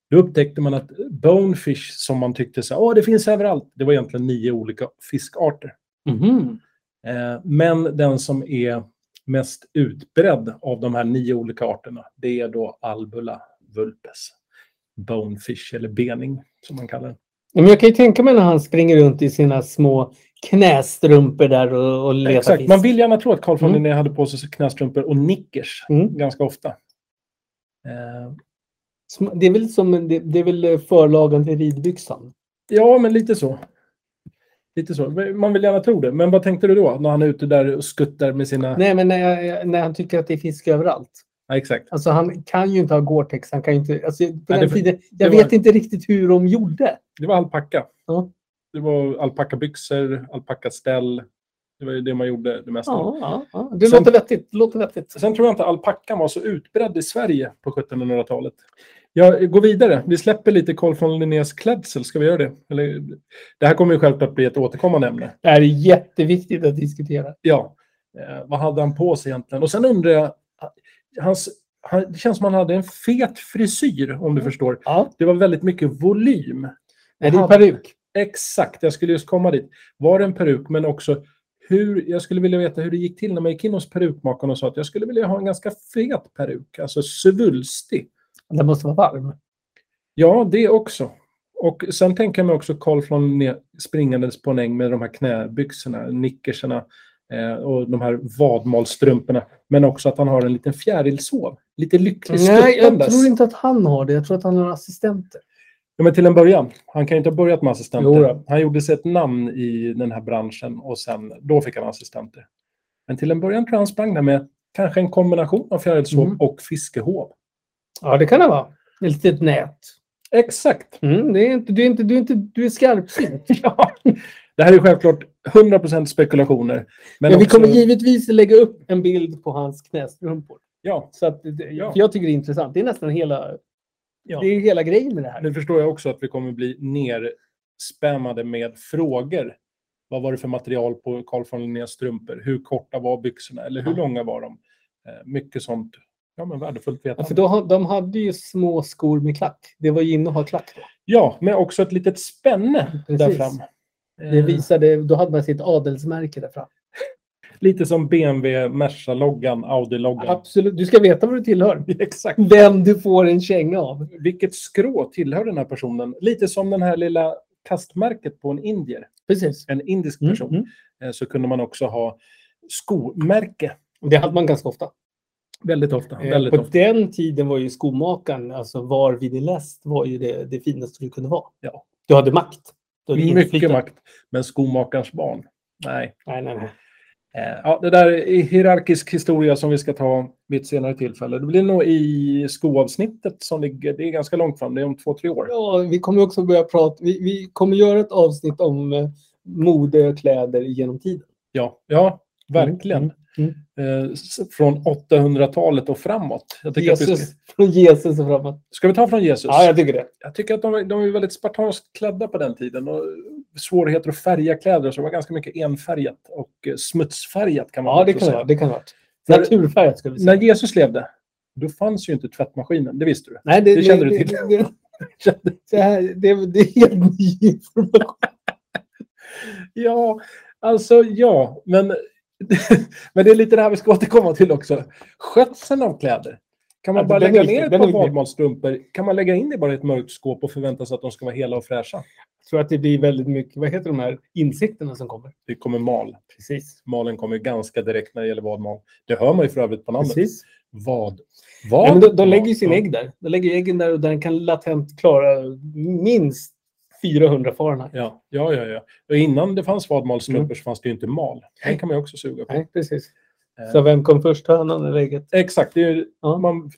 Då upptäckte man att bonefish som man tyckte så här, Åh, det finns överallt, det var egentligen nio olika fiskarter.
Mhm.
Eh, men den som är mest utbredd av de här nio olika arterna, det är då albula vulpes. Bonefish eller bening som man kallar den.
Ja, Men jag kan ju tänka mig när han springer runt i sina små knästrumpor där och, och letar
Exakt,
fisk.
man vill gärna tro att Carl von
Mm.
Linné hade på sig knästrumpor och nickers
Mm.
ganska ofta. Eh,
Sm- Det är väl som en- det, det är väl eh, förlagen till ridbyxan?
ja, men lite så. Lite så. Man vill gärna tro det. Men vad tänkte du då när han är ute där och skuttar med sina...
Nej, men när, jag- jag, när han tycker att det är fisk överallt.
Ja, exakt.
Alltså han kan ju inte ha Gore-Tex. Han kan ju inte... Alltså, på
det
den
var-
tiden,
det
jag
var-
vet inte riktigt hur de gjorde.
Det var alpacka.
Ja.
Det var alpackabyxor, alpackaställ. Det var ju det man gjorde det mesta av.
Ja, ja, ja. Det
Sen-
låter vettigt. Det låter vettigt.
Sen tror jag inte alpackan var så utbredd i Sverige på 1700-talet. Jag går vidare. Vi släpper lite Carl von Linnés klädsel. Ska vi göra det? Eller, det här kommer ju självklart bli ett återkommande ämne.
Det här är jätteviktigt att diskutera.
Ja, eh, vad hade han på sig egentligen? Och sen undrar jag, hans, han, det känns som han hade en fet frisyr om du förstår.
Ja.
Det var väldigt mycket volym.
Nej, det är
Han-
peruk.
Exakt, jag skulle just komma dit. Var det en peruk, men också hur, jag skulle vilja veta hur det gick till när man gick in hos perukmakaren och sa att jag skulle vilja ha en ganska fet peruk, alltså svulstig.
Den måste vara varm.
Ja, det också. Och sen tänker jag mig också Carl von Linné springandes på en äng med de här knäbyxorna, nickerserna, Eh, och de här vadmalstrumporna. Men också att han har en liten fjärilsåv. Lite lycklig
Nej, jag
störtandes.
tror inte att han har det. Jag tror att han har assistenter.
Ja, men till en början. Han kan ju inte ha börjat med assistenter.
Jo då.
Han gjorde sig ett namn i den här branschen och sen, då fick han assistenter. Men till en början tror jag han sprang där med kanske en kombination av fjärilshov
Mm.
och fiskehov.
Ja, det kan det vara. Ett litet nät.
Exakt.
Mm, det är inte, du, är inte, du, är inte, du är skarpsynt.
Ja. Det här är självklart 100% spekulationer. Men
Men vi
också-
kommer givetvis lägga upp en bild på hans knästrumpor.
Ja,
Så att, det-
Ja.
för jag tycker det är intressant. Det är nästan hela,
Ja.
det är hela grejen med det här.
nu förstår jag också att vi kommer bli nerspämmade med frågor. Vad var det för material på Carl von Linnés strumpor? Hur korta var byxorna? Eller hur
Ja.
långa var de? Eh, Mycket sånt. Ja, men värdefullt
Ja,
vetande.
för då, ha- de hade ju små skor med klack. Det var ju inne att ha klack då.
Ja, men också ett litet spänne där
Precis.
fram.
Det
Eh,
visade, då hade man sitt adelsmärke där fram.
Lite som BMW, Merca-loggan, Audi-loggan.
Absolut. Du ska veta vad du tillhör.
Exakt.
Vem du får en känga av.
Vilket skrå tillhör den här personen? Lite som den här lilla kastmärket på en indier,
Precis.
en indisk
Mm.
person,
Mm.
eh, så kunde man också ha skomärke.
Det hade man ganska ofta.
Väldigt ofta.
Eh,
väldigt
på
ofta.
den tiden var ju skomakaren, alltså var vid din läst, var ju det, det finaste du kunde vara.
Ja.
Du hade makt. Du hade
Mycket
inflytande.
makt. Men skomakarens barn? Nej.
Nej, nej, nej.
Eh, Ja, det där är hierarkisk historia som vi ska ta vid ett senare tillfälle. Det blir nog i skoavsnittet som ligger. Det är ganska långt fram. Det är om två, tre år.
Ja, vi kommer också börja prata. Vi, vi kommer göra ett avsnitt om eh, mode och kläder genom tiden.
Ja, ja verkligen.
Mm,
Eh, s- Från 800-talet och framåt. Jag tycker att vi ska,
Jesus, från Jesus och framåt.
ska vi ta från Jesus?
Ja, jag tycker det.
Jag tycker att de, de är väldigt spartanskt klädda på den tiden. Och svårigheter att färga kläder. Så det var ganska mycket enfärgat och eh, smutsfärgat kan man
Ja, det
också
kan det
säga.
vara. Det kan det vara.
För-
Naturfärgat skulle vi säga.
När Jesus levde, då fanns ju inte tvättmaskinen. Det visste du.
Nej,
det kände du till.
Det, det, det, här, det, det är helt ny information.
Ja, alltså ja, men, men det är lite det här vi ska återkomma till också. Skötseln av kläder. Kan man
Ja,
bara
den
lägga
är viktig,
ner ett
den är
par
viktig.
vadmalstrumpor? Kan man lägga in det bara i ett mörkt skåp och förvänta sig att de ska vara hela och fräscha?
Jag tror att det blir väldigt mycket, vad heter de här insekterna som kommer?
Det kommer mal.
Precis.
Malen kommer ju ganska direkt när det gäller vadmal. Det hör man ju för övrigt på namnet.
Precis.
Vad?
Ja, men de, de
Vadmal.
lägger ju sina ägg där. De lägger ju äggen där och den kan latent klara minst 400 Fahrenheit.
Ja, ja, ja. ja. Och innan det fanns vadmalstrumpor så fanns det ju inte mal. Den kan man ju också suga på.
Mm. Nej, precis.
Eh,
Så vem kom först, hönan eller ägget?
Exakt. Det är, ju-
Ja.
man,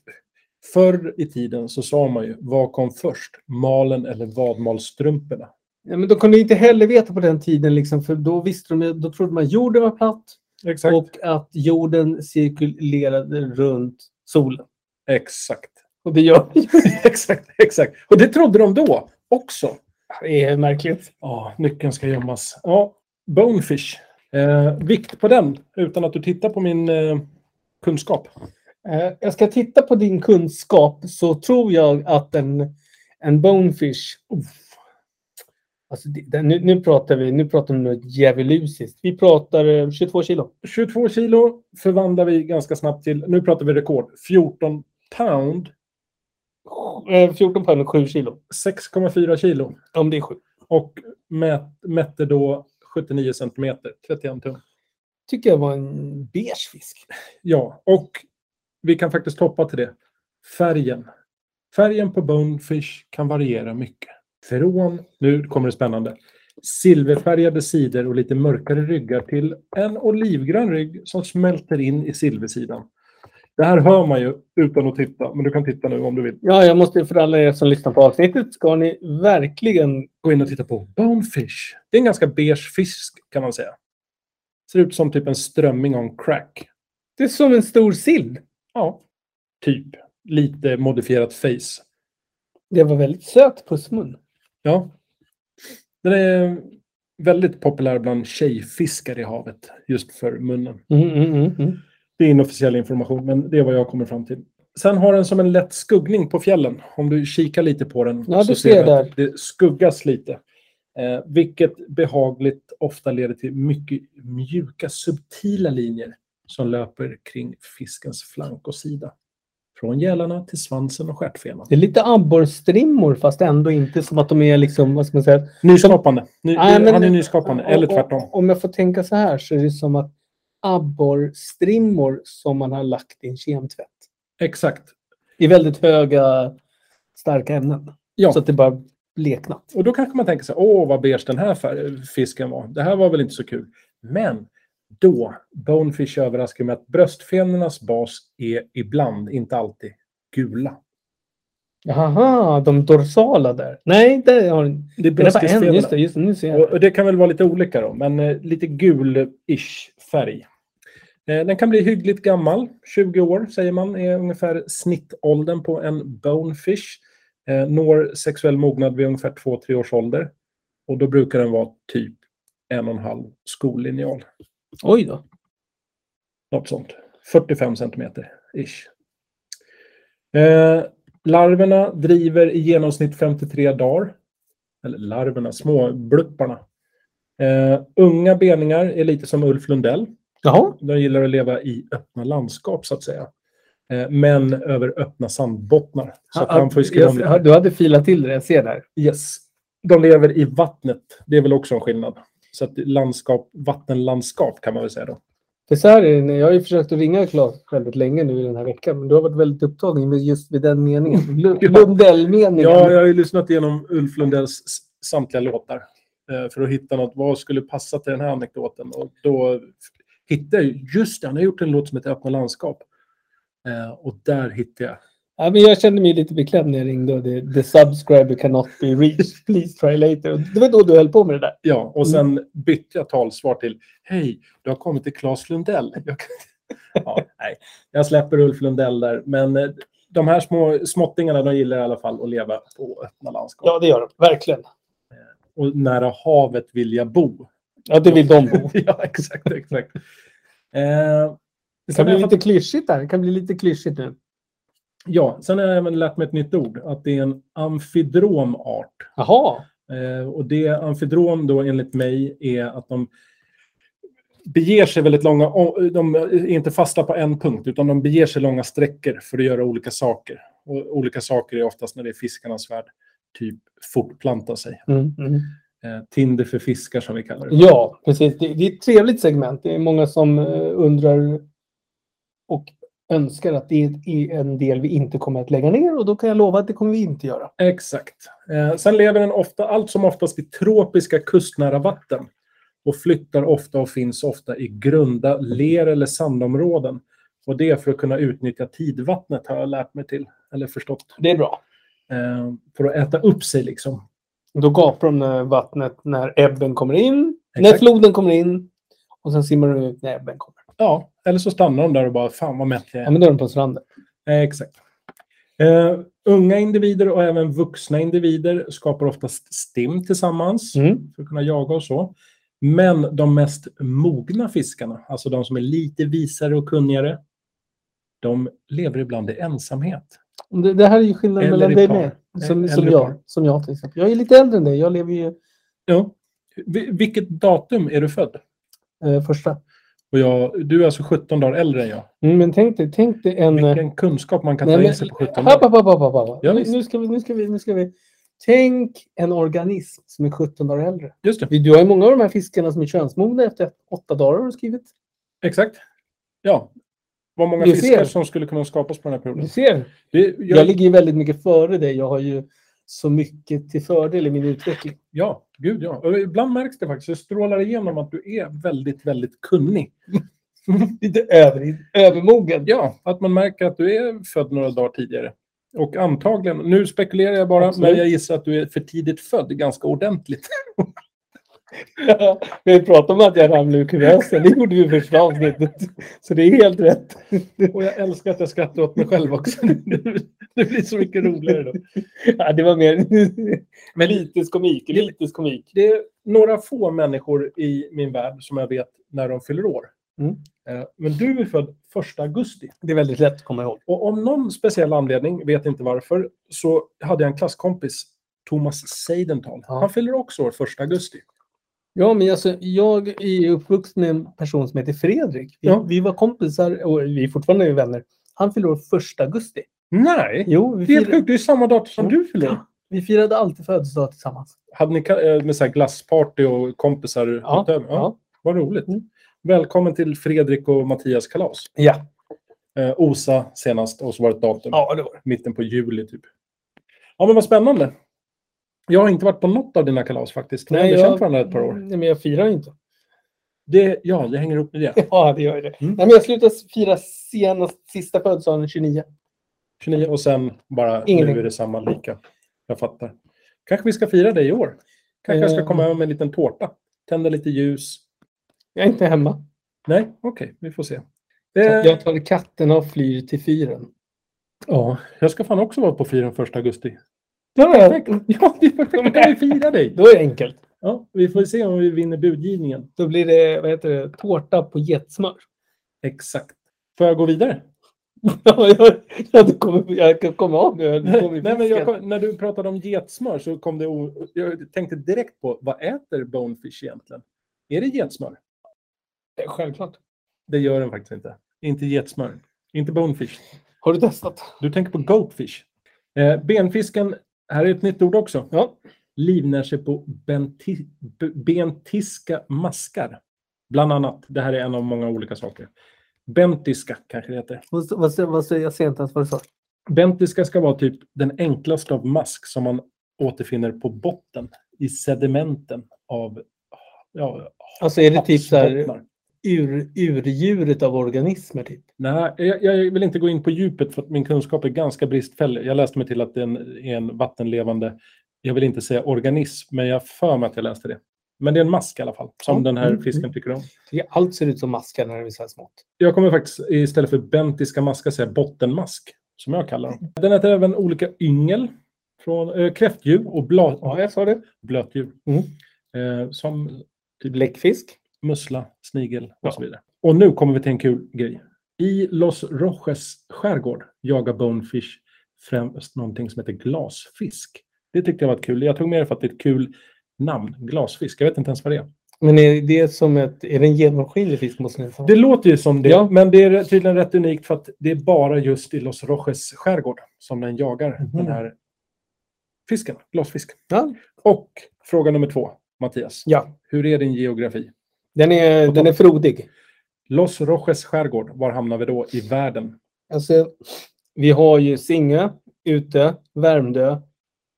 förr i tiden så sa man ju, vad kom först? Malen eller vadmalstrumporna?
Ja, men de kunde ju inte heller veta på den tiden, liksom, för då, visste de, ju- då trodde man jorden var platt
Exakt.
och att jorden cirkulerade runt solen.
Exakt.
Och det gör
exakt. Exakt. Och det trodde de då också.
det är märkligt.
Ja, nyckeln ska gömmas. Ja, Bonefish. Eh, vikt på den, utan att du tittar på min eh, kunskap.
Eh, Jag ska titta på din kunskap så tror jag att en, en bonefish... Uff. Alltså, det- den- nu, nu pratar vi nu pratar vi något djävulusiskt. Vi pratar eh, 22 kilo.
22 kilo förvandlar vi ganska snabbt till, nu pratar vi rekord, 14 pound,
Eh, 14 pound och 7 kilo.
6,4 kilo.
Om det är 7.
Och mät, mätte då 79 centimeter, 31 tum.
tycker jag var en beige fisk.
Ja, och vi kan faktiskt hoppa till det. Färgen. Färgen på Bonefish kan variera mycket. Från, nu kommer det spännande, silverfärgade sidor och lite mörkare ryggar till en olivgrön rygg som smälter in i silversidan. Det här hör man ju utan att titta, men du kan titta nu om du vill.
Ja, jag måste för alla er som lyssnar på avsnittet ska ni verkligen...
Gå in och titta på Bonefish. Det är en ganska beige fisk kan man säga. Ser ut som typ en strömming on crack.
Det är som en stor sill.
Ja, typ. Lite modifierat face.
Det var väldigt söt pussmun.
Ja. Den är väldigt populär bland tjejfiskar i havet, just för munnen.
Mm, mm, mm, mm.
Det är inofficiell information, men det är vad jag kommer fram till. Sen har den som en lätt skuggning på fjällen. Om du kikar lite på den
Ja, det ser jag
du att det skuggas lite. Eh, vilket behagligt ofta leder till mycket mjuka, subtila linjer som löper kring fiskens flank och sida. Från gälarna till svansen och stjärtfenan.
Det är lite abborrstrimmor fast ändå inte som att de är liksom, vad ska man säga?
Nyskapande. Ny,
Nej, men-
han är nyskapande, eller tvärtom.
Om jag får tänka så här så är det som att abborrstrimmor som man har lagt i en kemtvätt.
Exakt.
I väldigt höga starka ämnen.
Ja.
Så att det bara bleknat.
Och då kanske man tänker så här, åh vad beige den här fär- fisken var. Det här var väl inte så kul. Men då, Bonefish överraskar med att bröstfenornas bas är ibland, inte alltid, gula.
Jaha, de dorsala där. Nej, det har den.
Det är
Det där var en. Just det,
bröstfenorna.
just det, nu ser jag.
Och, och det kan väl vara lite olika då, men eh, lite gul-ish färg. Eh, den kan bli hyggligt gammal, 20 år säger man är ungefär snittåldern på en Bonefish. Eh, når sexuell mognad vid ungefär 2-3 års ålder. Och då brukar den vara typ en och en halv skollineal.
Oj då.
Något sånt. 45 centimeter ish. Eh, larverna driver i genomsnitt 53 dagar. Eller larverna, små blupparna. Eh, unga beningar är lite som Ulf Lundell.
Jaha.
De gillar att leva i öppna landskap så att säga. Eh, men över öppna sandbottnar. Så att han får ju skriva om
jag,
det.
du hade filat till det, jag ser där.
Yes. De lever i vattnet. Det är väl också en skillnad. Så att landskap, vattenlandskap kan man väl säga då.
För så här är det, när- jag har ju försökt att ringa Claes väldigt länge nu i den här veckan, men du har varit väldigt upptagen med just vid den meningen. Lu-
Ja.
Lundell-meningen.
Ja, jag har ju lyssnat igenom Ulf Lundells s- samtliga låtar eh, för att hitta något. Vad skulle passa till den här anekdoten? Och då f- hittade jag, just det, han har gjort en låt som heter Öppna landskap. Eh, Och där hittade jag.
Ja, men jag kände mig lite beklämd när jag ringde och det the subscriber cannot be reached. Please try later. Och Det var då du höll på med det där.
Ja, och sen bytte jag talsvar till Hej, du har kommit till Claes Lundell. Jag, kan... ja, nej. jag släpper Ulf Lundell där, men eh, de här små småttingarna de gillar i alla fall att leva på öppna landskap.
Ja, det gör de. Verkligen.
Och nära havet vill jag bo.
Ja, det vill de bo.
ja, exakt, exakt. Eh,
Det kan
sen
bli
har jag
lite klyschigt där. Det kan bli lite klyschigt nu.
Ja, sen har jag även lärt mig ett nytt ord, att det är en amfidromart.
Jaha.
Eh, och det amfidrom då enligt mig är att de beger sig väldigt långa, o- de är inte fasta på en punkt, utan de beger sig långa sträckor för att göra olika saker. Och olika saker är oftast när det är fiskarnas värld, typ fortplanta sig.
Mm. Mm.
Eh, Tinder för fiskar som vi kallar det.
Ja, precis. Det, det är ett trevligt segment. Det är många som eh, undrar och önskar att det är en del vi inte kommer att lägga ner och då kan jag lova att det kommer vi inte göra.
Exakt. Eh, sen lever den ofta, allt som oftast i tropiska kustnära vatten och flyttar ofta och finns ofta i grunda ler eller sandområden. Och det är för att kunna utnyttja tidvattnet har jag lärt mig till, eller förstått.
Det är bra.
Eh, för att äta upp sig liksom.
Då gapar de när vattnet när ebben kommer in, när
Exakt.
floden kommer in och sen simmar de ut när ebben kommer.
Ja, eller så stannar de där och bara fan vad mätt jag är.
Ja, men då är de på stranden.
Eh, exakt. Eh, unga individer och även vuxna individer skapar oftast stim tillsammans.
Mm.
för att kunna jaga och så. Men de mest mogna fiskarna, alltså de som är lite visare och kunnigare, de lever ibland i ensamhet.
Det, det här är ju skillnaden
Eller
mellan
i
dig och
par.
mig. Som,
Eller
som,
i
jag,
par.
som jag till exempel. Jag är lite äldre än dig. Jag lever ju
Ja. Vi- Vilket datum är du född?
eh, första.
Och jag, du är alltså 17 dagar äldre än jag.
Mm, men tänk dig, tänk dig en... eh,
Vilken kunskap man kan
Nej,
ta
men-
in sig på 17
Hopp,
dagar.
hopp, hopp, hopp, hopp.
Ja,
nu,
visst.
nu, ska vi, nu, ska vi, nu ska vi... Tänk en organism som är 17 dagar äldre.
Just det,
Vi- Du har ju många av de här fiskarna som är könsmogna efter åtta dagar har du skrivit.
exakt. Ja. Vad många
Du
fiskar
ser.
som skulle kunna skapas på den här perioden.
Du ser.
Det, jag,
Jag ligger ju väldigt mycket före dig. Jag har ju så mycket till fördel i min utveckling.
Ja, gud ja. Och ibland märks det faktiskt. Det strålar igenom att du är väldigt, väldigt kunnig.
Lite över, övermogen.
Ja, att man märker att du är född några dagar tidigare. Och antagligen, nu spekulerar jag bara,
Absolut.
men jag gissar att du är för tidigt född ganska ordentligt.
Vi har ju pratat om att jag ramlade ur kuvösen. Det gjorde vi i första avsnittet. Så det är helt rätt.
Och jag älskar att jag skrattar åt mig själv också. Det blir så mycket roligare då.
Ja, det var mer...
Men
Lites komik, lites komik.
det är några få människor i min värld som jag vet när de fyller år.
Mm.
Eh, Men du är född 1 augusti.
Det är väldigt lätt att komma ihåg.
Och om någon speciell anledning, vet inte varför, så hade jag en klasskompis, Thomas Seidenthal.
Ja.
Han fyller också år 1 augusti.
Ja, men alltså, jag är ju uppvuxen med en person som heter Fredrik. Vi,
Ja.
vi var kompisar och vi är fortfarande vänner. Han fyller år 1 augusti.
Nej!
Jo, vi,
Det är helt
firade,
sjukt, det är samma datum som du fyller år.
vi firade alltid födelsedag tillsammans.
Hade ni ka- eh, med så här glassparty och kompisar?
Ja,
utöver?
ja.
Vad roligt.
Mm.
Välkommen till Fredrik och Mattias kalas.
Ja.
Eh, Osa senast och så var det ett datum.
ja, det var det.
Mitten på juli typ. Ja, men vad spännande. Jag har inte varit på något av dina kalas faktiskt. Vi har ändå känt varandra ett par år.
Nej, men jag firar ju inte.
Det, ja, det hänger ihop med det.
Ja, det gör ju det.
Mm.
Nej, men jag slutade fira senast, sista födelsedagen den 29.
29 och sen bara
Ingenting.
nu är det samma lika. Jag fattar. Kanske vi ska fira det i år. Kanske jag ska
Eh.
komma över med en liten tårta. Tända lite ljus.
Jag är inte hemma.
Nej, okej, vi får se.
Så
Eh,
Jag tar katterna och flyr till fyren.
Ja, jag ska fan också vara på fyren första augusti.
Ja,
Ja, det är perfekt. Då kan vi fira dig.
Då är det enkelt.
Ja, vi får se om vi vinner budgivningen.
Då blir det, vad heter det, tårta på getsmör.
Exakt. Får jag gå vidare?
Ja, jag, jag, kommer, jag kan komma av nu. Du kommer
Nej,
i
men jag,
fisken.
kom- när du pratade om getsmör så kom det... O, jag tänkte direkt på, vad äter Bonefish egentligen? Är det getsmör?
Självklart.
Det gör den faktiskt inte. Inte getsmör. Inte Bonefish.
Har du testat?
Du tänker på Goatfish. Eh, benfisken, här är ett nytt ord också.
Ja.
livnär sig på benti, b- bentiska maskar. Bland annat. Det här är en av många olika saker. Bentiska kanske det heter.
Vad, vad, vad, säger- jag ser inte ens vad du sa.
Bentiska ska vara typ den enklaste av mask som man återfinner på botten i sedimenten av ja,
Alltså är det typ så här
havsbottnar.
ur, urdjuret av organismer? Typ?
Nej, jag, jag vill inte gå in på djupet för att min kunskap är ganska bristfällig. Jag läste mig till att den är en vattenlevande, jag vill inte säga organism, men jag har för mig att jag läste det. Men det är en mask i alla fall, som
Ja.
den här
Mm.
fisken tycker om.
Tycker Allt ser ut som maskar när det är så här smått.
Jag kommer faktiskt istället för bentiska maskar säga bottenmask, som jag kallar dem. Den äter även olika yngel från äh, kräftdjur och bla,
jag sa det.
blötdjur.
Mm.
Eh, som
Bläckfisk.
mussla, snigel och
Ja.
så vidare. Och nu kommer vi till en kul grej. I Los Roches skärgård jagar Bonefish främst någonting som heter glasfisk. Det tyckte jag var kul. Jag tog med det för att det är ett kul namn. Glasfisk. Jag vet inte ens vad det är.
Men är det som ett... Är det en genomskinlig fisk måste ni säga?
Det låter ju som det,
Ja.
men det är tydligen rätt unikt för att det är bara just i Los Roches skärgård som den jagar
Mhm.
den här fisken, glasfisken.
Ja.
Och fråga nummer två, Mattias.
Ja.
Hur är din geografi?
Den är, den är frodig.
Los Roches skärgård, var hamnar vi då i världen?
Alltså, vi har ju Singö, Utö, Värmdö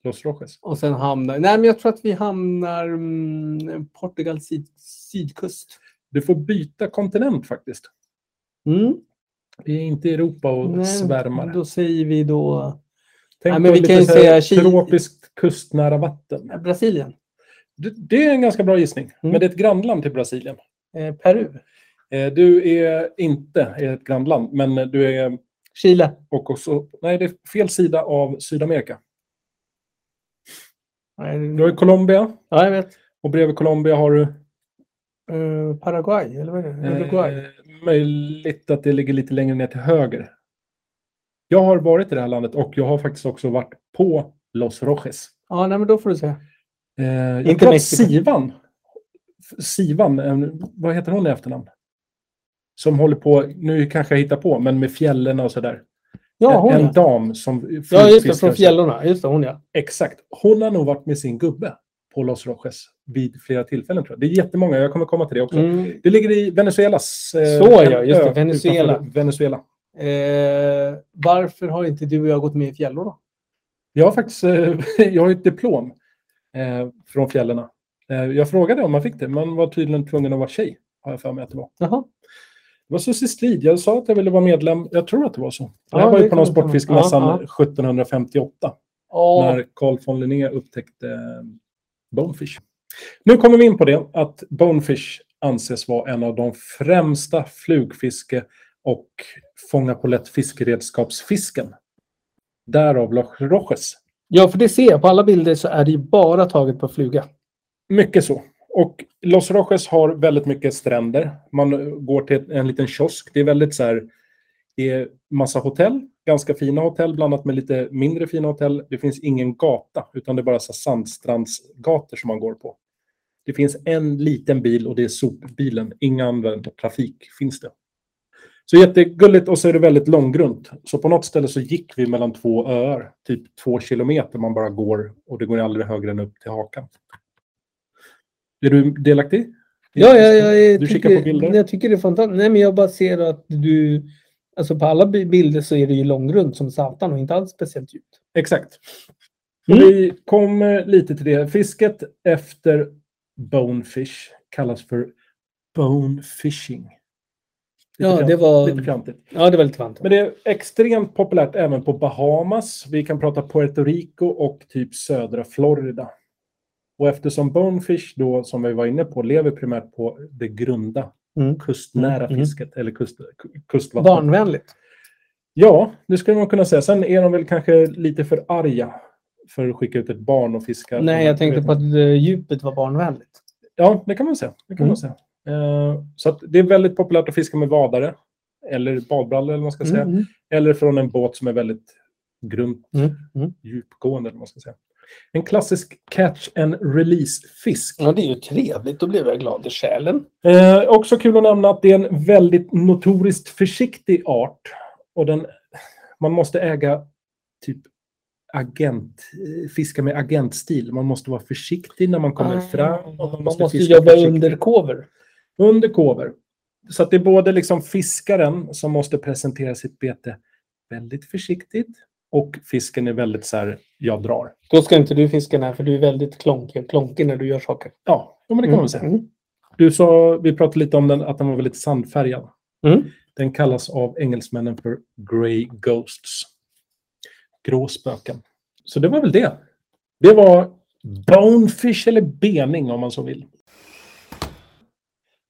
Los Roches.
och sen hamnar... Nej, men jag tror att vi hamnar mm, Portugals syd, sydkust.
Du får byta kontinent faktiskt.
Mm.
Vi är inte i Europa och
Nej,
svärmar.
Då säger vi då Nej,
Tänk
men
men
vi
lite
kan ju
så här
säga Kil-
tropiskt kustnära vatten.
eh, Brasilien,
Det, det är en ganska bra gissning,
Mm.
men det är ett grannland till Brasilien.
eh, Peru,
Eh, Du är inte i ett grannland, men du är
Chile.
och också, nej, det är fel sida av Sydamerika.
Nej,
Du har ju Colombia
Ja, jag vet.
och bredvid Colombia har du...
Eh, Paraguay, eller vad är det? Uruguay.
Eh, möjligt att det ligger lite längre ner till höger. Jag har varit i det här landet och jag har faktiskt också varit på Los Roches.
Ja, nej, men då får du säga.
Eh, jag
Inte
tror att
Mexiko.
Sivan, Sivan, en- vad heter hon i efternamn? Som håller på, nu kanske jag hittar på, men med fjällen och sådär.
Ja, hon
en
ja.
dam som...
Ja, just det. Från
fiskar-
fjällorna. Just det, hon ja.
Exakt. Hon har nog varit med sin gubbe på Los Roches vid flera tillfällen. tror jag. Det är jättemånga, jag kommer komma till det också.
Mm.
Det ligger i Venezuelas... eh,
Så ja, just det,
ö
Venezuela.
utanför Venezuela.
Eh, varför har inte du och jag gått med i fjällorna?
Jag har faktiskt eh, jag har ju ett diplom eh, från fjällorna. Eh, jag frågade om man fick det. Man var tydligen tvungen att vara tjej, har jag för mig att det var.
Jaha.
Det var så strid. Jag sa att jag ville vara medlem. Jag tror att det var så.
Ja,
jag var
det
ju
kan
på någon
det stämma.
sportfiskemässan
Ja,
1758.
Ja,
när Carl von Linné upptäckte eh, Bonefish. Nu kommer vi in på det att Bonefish anses vara en av de främsta flugfiske och fånga på lätt fiskeredskapsfisken. Därav Los Roches.
ja, för det ser jag. På alla bilder så är det ju bara taget på fluga.
Mycket så. Och Los Roches har väldigt mycket stränder. Man eh, går till en liten kiosk. Det är väldigt så här, det är massa hotell, ganska fina hotell blandat med lite mindre fina hotell. Det finns ingen gata, utan det är bara så här sandstrandsgator som man går på. Det finns en liten bil och det är sopbilen. Inga använd trafik finns det. Så jättegulligt och så är det väldigt långgrunt. Så på något ställe så gick vi mellan två öar, typ två kilometer man bara går och det går aldrig högre än upp till hakan. Är du delaktig?
Ja, ja, ja, jag,
Du
tycker,
kikar på bilder?
jag tycker det är fantastiskt. Nej, men jag bara ser att du... Alltså på alla bi- bilder så är det ju långrunt som satan och inte alls speciellt djupt.
Exakt.
Mm.
Och Vi kommer lite till det. Fisket efter bonefish kallas för bonefishing.
Ja, det var-
Lite fjantigt.
Ja, det var lite fantastiskt.
Men det är extremt populärt även på Bahamas. Vi kan prata Puerto Rico och typ södra Florida. Och eftersom bonefish då, som vi var inne på, lever primärt på det grunda,
Mm.
kustnära
Mm.
fisket eller kust, kustvattnet.
Barnvänligt.
Ja, det skulle man kunna säga. Sen är de väl kanske lite för arga för att skicka ut ett barn och fiska.
Nej, jag tänkte på att eh, djupet var barnvänligt.
Ja, det kan man säga. Det kan
Mm.
man säga. Eh, så att det är väldigt populärt att fiska med vadare eller badbrallor eller vad man ska säga.
Mm, mm,
Eller från en båt som är väldigt grunt
mm, mm.
djupgående. Eller vad man ska säga. En klassisk catch and release-fisk.
Ja, det är ju trevligt. Då blev jag glad i själen.
Eh, också kul att nämna att det är en väldigt notoriskt försiktig art. Och den, man måste äga typ agent, eh, fiska med agentstil. Man måste vara försiktig när man kommer
Ah,
fram. och
Man måste
fiska
jobba
försiktigt.
undercover.
under cover. Så att det är både liksom fiskaren som måste presentera sitt bete väldigt försiktigt och fisken är väldigt så här, jag drar.
Då ska inte du fiska den här, för du är väldigt klonkig, klonkig när du gör saker.
Ja, ja, men det kan man väl säga.
Mm.
Du sa, vi pratade lite om den, att den var väldigt sandfärgad.
Mm.
Den kallas av engelsmännen för grey ghosts. Grå spöken. Så det var väl det. Det var bonefish eller bening om man så vill.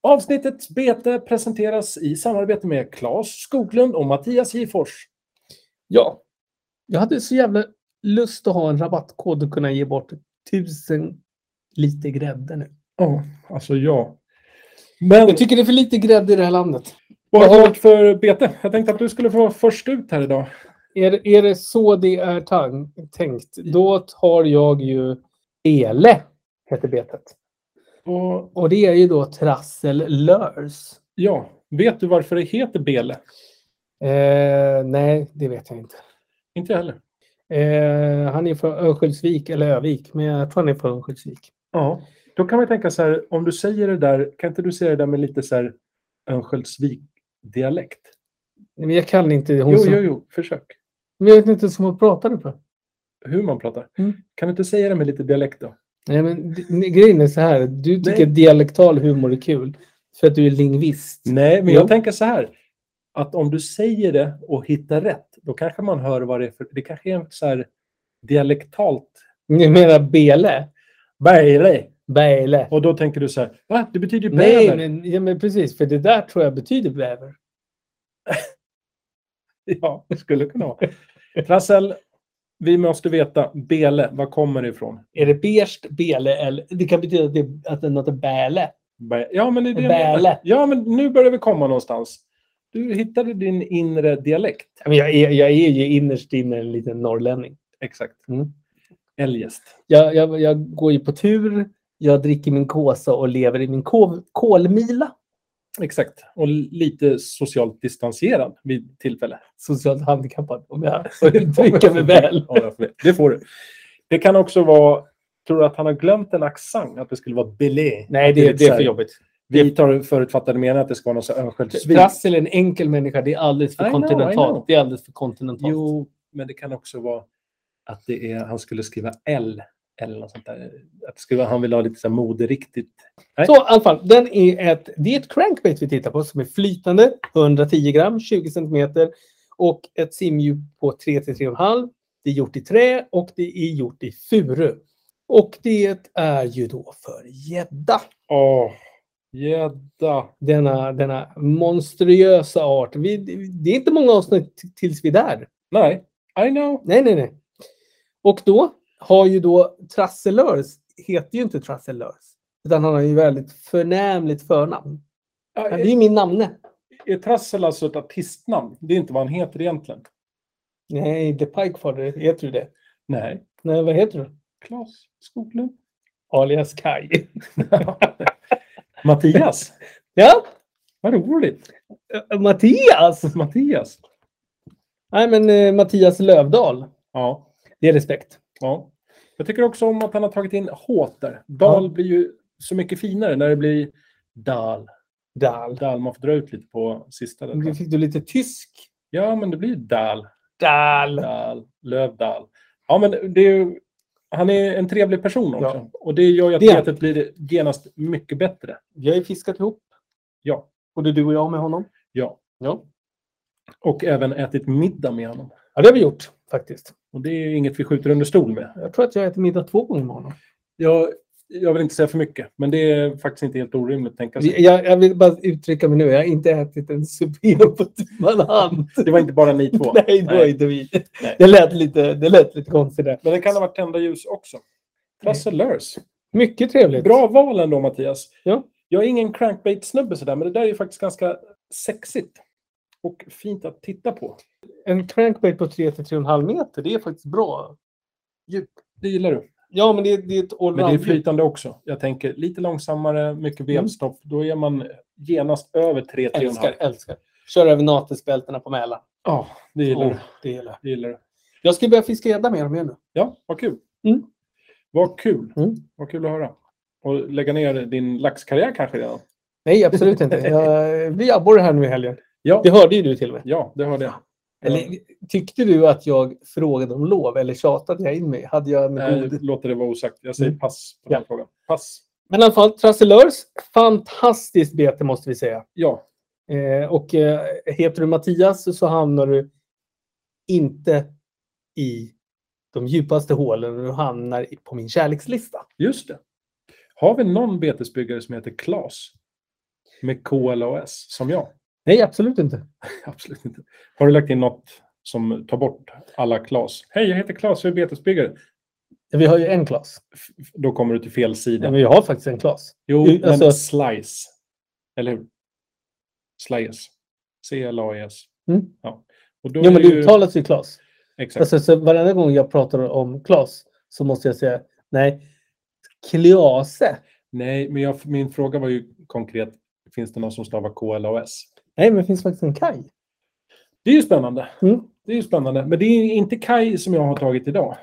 Avsnittets bete presenteras i samarbete med Claes Skoglund och Mattias Gifors.
Ja. Jag hade så jävla lust att ha en rabattkod och kunna ge bort tusen liter grädde nu.
Ja, alltså ja. Men
Jag tycker det är för lite grädde i det här landet.
vad har du varit för bete? Jag tänkte att du skulle få vara först ut här idag.
Är, är det så det är tan- tänkt, då tar jag ju ele, heter betet.
Och
Och det är ju då trassellörs.
Ja, vet du varför det heter bele?
Eh, nej, det vet jag inte.
Inte jag heller.
Eh, han är från Örnsköldsvik, eller Övik, men jag tror han är från Örnsköldsvik.
Ja. Då kan man tänka så här, om du säger det där, kan inte du säga det där med lite så här Örnsköldsvik-dialekt?
Men jag kan inte hon
Jo,
som,
jo, jo, försök.
Men jag vet inte som hon pratade på.
Hur man pratar.
Mm.
Kan du inte säga det med lite dialekt då?
Nej, men d- n- grejen är så här. Du tycker
Nej.
att dialektal humor är kul för att du är lingvist.
Nej, men
Jo.
jag tänker så här, att om du säger det och hittar rätt, då kanske man hör vad det är för... Det kanske är en så här dialektalt...
Ni menar bele?
Bele.
Bele.
Och då tänker du så här, va? Det betyder ju
Nej,
bäver.
men, ja, men precis. För det där tror jag betyder bäver.
Ja, det skulle kunna vara. Trassel, vi måste veta, bele, var kommer det ifrån?
Är det berst, bele eller... Det kan betyda att, det, att det är något är bäle.
Bä- Ja, men det är det jag
Bäle.
menar. Ja, men nu börjar vi komma någonstans. Du hittade din inre dialekt.
Ja, men Jag är, jag är ju innerst inne en liten norrlänning.
Exakt.
Mm.
Eljest.
Jag, jag, jag går ju på tur, jag dricker min kåsa och lever i min kol, kolmila.
Exakt. Och lite socialt distanserad vid tillfälle.
Socialt handikappad, om jag uttrycker mig väl.
Ja, jag vet. det får du. Det kan också vara... Tror du att han har glömt en accent? Att det skulle vara belé?
Nej,
Att
det,
lite
det
så
är
här,
för jobbigt.
Vi tar förutfattade meningar att det ska vara någon sån här Örnsköldsvik.
Trassel Typ. är en enkel människa. Det är alldeles
I
för
know, I know.
kontinentalt. Det är alldeles för kontinentalt.
Jo, men det kan också vara att det är, han skulle skriva L. Eller något sånt där. Att det skulle, vara- han vill ha lite så här moderiktigt. Nej.
Så i alla fall, den är ett, det är ett crankbait vi tittar på som är flytande, 110 gram, 20 centimeter och ett simdjup på 3 till 3,5. Det är gjort i trä och det är gjort i furu. Och det är ju då för gädda.
Åh, gädda.
Denna, denna monstruösa art. Vi, det är inte många avsnitt t- tills vi är där.
Nej, I know.
Nej, nej, nej. Och då har ju då Trasselörs, heter ju inte Trasselörs, utan han har ju väldigt förnämligt förnamn.
Ja,
Det är ju min namne.
Är Trassel alltså ett artistnamn? Det är inte vad han heter egentligen.
Nej, The Pikefather heter du det.
Nej.
Nej, vad heter du?
Klas Skoglund.
Alias Kaj.
Mattias.
Ja,
Vad roligt.
eh, Mattias!
Mattias.
Nej, men eh, Mattias Lövdal.
Ja,
Det är respekt.
ja. Jag tycker också om att han har tagit in H där. Dal blir ju så mycket finare när det blir Dal.
Dal.
Dal. Man får dra ut lite på sista. Där.
Nu fick du lite tysk.
Ja, men det blir Dal.
Dal.
Dal. Lövdal. Ja, men det är ju, han är en trevlig person också.
Ja.
Och det gör ju att
Det är han.
betet blir genast mycket bättre.
Vi har ju fiskat ihop.
Ja.
Både du och jag med honom.
Ja.
Ja.
Och även ätit middag med honom.
Ja, det har vi gjort faktiskt.
Och det är ju inget vi skjuter under stol med.
Jag tror att jag äter middag två gånger med honom.
Jag, jag vill inte säga för mycket, men det är faktiskt inte helt orimligt att tänka sig.
Jag, jag vill bara uttrycka mig nu. Jag har inte ätit en supé på man hand.
Det var inte bara ni två.
Nej, det var
Nej.
inte vi.
Nej.
Det lät lite, det lät lite konstigt där.
Men det kan ha varit tända ljus också. Lasse Lörs.
Mycket trevligt.
Bra val ändå, Mattias.
Ja.
Jag är ingen crankbait-snubbe sådär, men det där är ju faktiskt ganska sexigt. Och fint att titta på.
En crankbait på 3-3,5 meter, det är faktiskt bra. Djup.
Det gillar du.
Ja, men det, det är ett
Men det är
allround djup.
flytande också. Jag tänker lite långsammare, mycket
Mm.
vevstopp. Då är man genast över 3
Älskar, älskar. Kör över natisbältena på Mälaren.
Ja, det gillar
Åh,
du.
det gillar jag.
Det gillar du.
Jag ska börja fiska gädda mer och mer nu.
Ja, vad kul.
Mm.
Vad kul.
Mm.
Vad kul att höra. Och lägga ner din laxkarriär kanske redan.
Nej, absolut inte. Jag blir abborre här nu i helgen.
Ja,
Det hörde ju du till och med.
ja det hörde jag.
Eller, tyckte du att jag frågade om lov eller tjatade jag in mig? Hade jag en
Nej,
god...
Eh, låter det vara osagt. Jag säger
Mm.
pass på
Ja.
den frågan. Pass.
Men i alla fall, Trasselörs, fantastiskt bete måste vi säga.
Ja,
Eh, och eh, heter du Mattias så hamnar du inte i de djupaste hålen. Du hamnar i- på min kärlekslista.
just det. Har vi någon betesbyggare som heter Klas? Med K, L och S, som jag?
Nej, absolut inte.
Absolut inte. Har du lagt in något som tar bort alla Klas? Hej, jag heter Klas, jag är betesbyggare.
Vi har ju en Klas.
F- Då kommer du till fel sida.
Men vi har faktiskt en Klas.
Jo,
ju- alltså-
men slice. Eller hur? Slice. C-L-A-E-S.
Mm.
E Ja. Och då
Jo,
är
men
ju-
det uttalas ju Klas.
Exakt.
Alltså, så varenda gång jag pratar om Klas så måste jag säga nej, Klase.
Nej, men jag, min fråga var ju konkret. Finns det någon som stavar K, L och S?
Nej, men det finns faktiskt en Kaj.
Det är ju spännande.
Mm.
Det är ju spännande. Men det är ju inte Kai som jag har tagit idag.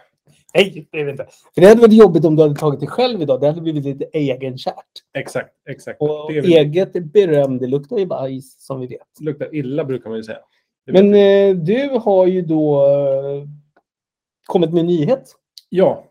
Nej, det är det inte. För det hade varit jobbigt om du hade tagit dig själv idag. Det hade blivit lite egenkärt.
Exakt, exakt.
Och
det är väl-
eget beröm, det luktar ju bajs som vi vet.
luktar illa brukar man ju säga. Det
Men eh, du har ju då eh, kommit med en nyhet.
Jag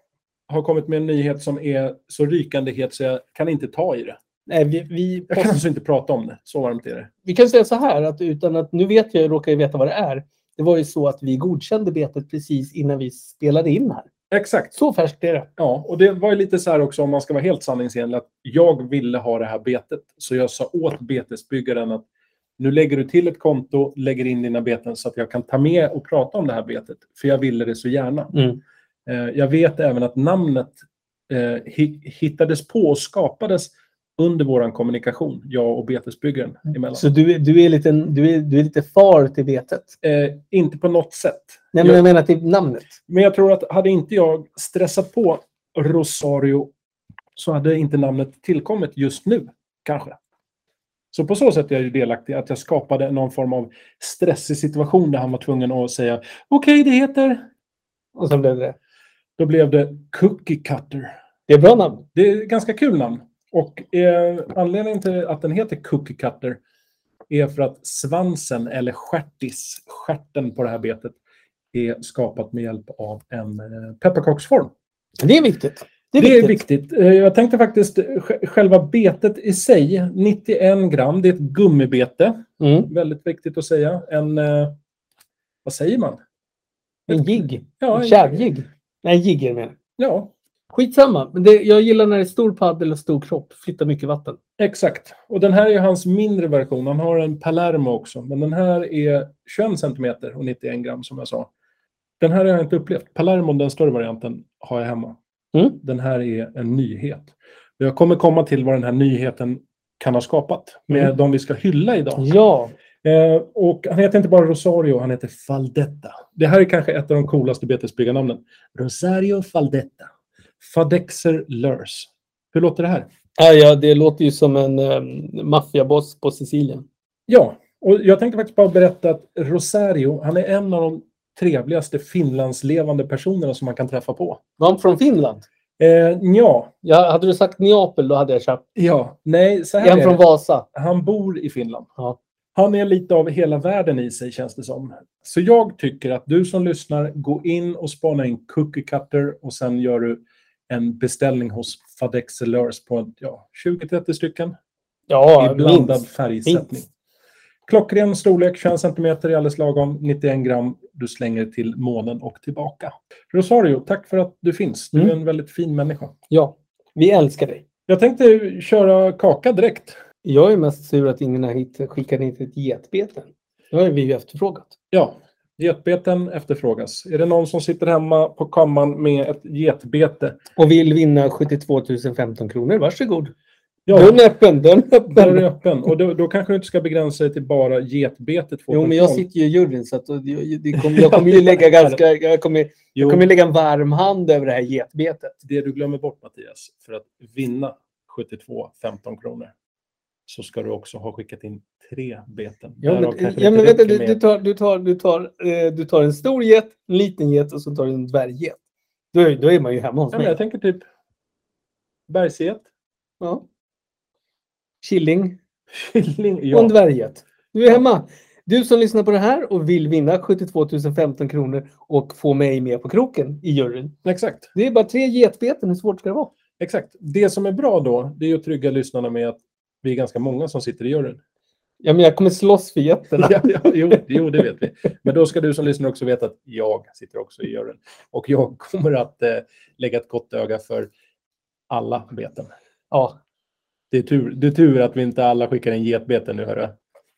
har kommit med en nyhet som är så rykande het så jag kan inte ta i det.
Nej, vi, vi,
Jag kan alltså inte prata om det. Så varmt är det.
vi kan säga så här, att utan att, nu vet jag, jag råkar ju veta vad det är. Det var ju så att vi godkände betet precis innan vi spelade in här.
Exakt.
Så färskt är det.
Ja, och det var ju lite så här också om man ska vara helt sanningsenlig att jag ville ha det här betet. Så jag sa åt betesbyggaren att nu lägger du till ett konto, lägger in dina beten så att jag kan ta med och prata om det här betet. För jag ville det så gärna.
Mm.
Eh, jag vet även att namnet eh, hi- hittades på och skapades under vår kommunikation, jag och betesbyggaren emellan.
Så du, är- du, är lite, du, är, du är lite far till betet.
Eh, inte på något sätt.
Nej, men jag menar till namnet.
Men jag tror att hade inte jag stressat på Rosario så hade inte namnet tillkommit just nu, kanske. Så på så sätt är jag ju delaktig att jag skapade någon form av stressig situation där han var tvungen att säga okej, det heter...
Och sen blev det det.
Då blev det Cookie Cutter.
Det är bra namn.
Det är ett ganska kul namn. Och eh, anledningen till att den heter Cookie Cutter är för att svansen, eller stjärtis, stjärten på det här betet, är skapat med hjälp av en eh, pepparkaksform.
Det är viktigt.
Det är, viktigt. Eh, Jag tänkte faktiskt eh, sj- själva betet i sig, 91 gram, det är ett gummibete.
Mm.
Väldigt viktigt att säga. En, eh, vad säger man?
En jigg.
Ja,
En
en-
kärvjigg. Nej, en jigg är det menar jag.
Ja,
Skitsamma. Men det, jag gillar när det är stor paddel och stor kropp. Flyttar mycket vatten.
exakt. Och den här är ju hans mindre version. Han har en Palermo också. Men den här är 21 centimeter och 91 gram som jag sa. Den här har jag inte upplevt. Palermo, den större varianten, har jag hemma.
Mm.
Den här är en nyhet. Jag kommer komma till vad den här nyheten kan ha skapat med
Mm.
de vi ska hylla idag.
Ja.
Eh, och han heter inte bara Rosario, han heter Faldetta. Det här är kanske ett av de coolaste betesbyggarnamnen. Rosario Faldetta. Fadexer Lurs. Hur låter det här?
Ja, ja, det låter ju som en um, maffiaboss på Sicilien.
Ja, och jag tänkte faktiskt bara berätta att Rosario, han är en av de trevligaste Finlandslevande personerna som man kan träffa på.
Var han från Finland?
Eh, ja,
Ja, hade du sagt Neapel, då hade jag köpt.
ja, nej, så här
En
är
från
det.
Vasa.
Han bor i Finland.
Ja.
Han är lite av hela världen i sig, känns det som. Så jag tycker att du som lyssnar, gå in och spana in Cookie Cutter och sen gör du en beställning hos Fadexelörs på ja, 20-30 stycken
Ja,
i blandad
minst.
färgsättning.
Minst.
Klockren storlek, 21 cm är alldeles lagom, 91 gram. Du slänger till månen och tillbaka. Rosario, tack för att du finns. Du är
Mm.
en väldigt fin människa.
Ja, vi älskar dig.
Jag tänkte köra kaka direkt.
Jag är mest sur att ingen har hit, skickat hit ett getbete. Det har ju vi efterfrågat.
Ja, getbeten efterfrågas. Är det någon som sitter hemma på kammaren med ett getbete?
Och vill vinna 72 015 kronor, varsågod.
Ja,
Dörren är öppen, dörren är
dörren är
öppen.
öppen. Och då, då kanske du inte ska begränsa dig till bara getbetet. 2.0.
Jo, men jag sitter ju i juryn så att jag, det kommer, jag kommer ju lägga ganska... Jag kommer,
Jo,
jag kommer lägga en varm hand över det här getbetet.
det du glömmer bort Mattias, för att vinna 72 15 kronor så ska du också ha skickat in tre beten.
Ja,
Därav
men,
kanske det
ja, men
inte
vänta, du,
räcker med-
du, tar, du, tar, du, tar, eh, du tar en stor get, en liten get och så tar du en dvärgget. Då, är- då är man ju hemma hos
Ja, men jag
mig.
tänker typ bergsget,
Ja. Killing
killing.
och en
Ja,
dvärgget. Du är hemma. Du som lyssnar på det här och vill vinna 72 015 kronor och få mig med på kroken i juryn.
exakt.
Det är bara tre getbeten. Hur svårt ska det vara?
Exakt. Det som är bra då, det är att trygga lyssnarna med att vi är ganska många som sitter i juryn.
Ja, men jag kommer slåss för getterna.
Ja, ja, jo, jo, det vet vi. Men då ska du som lyssnar också veta att jag sitter också i juryn. Och jag kommer att eh, lägga ett gott öga för alla beten.
Ja.
Det är tur, det är tur att vi inte alla skickar en getbeten nu, hörru.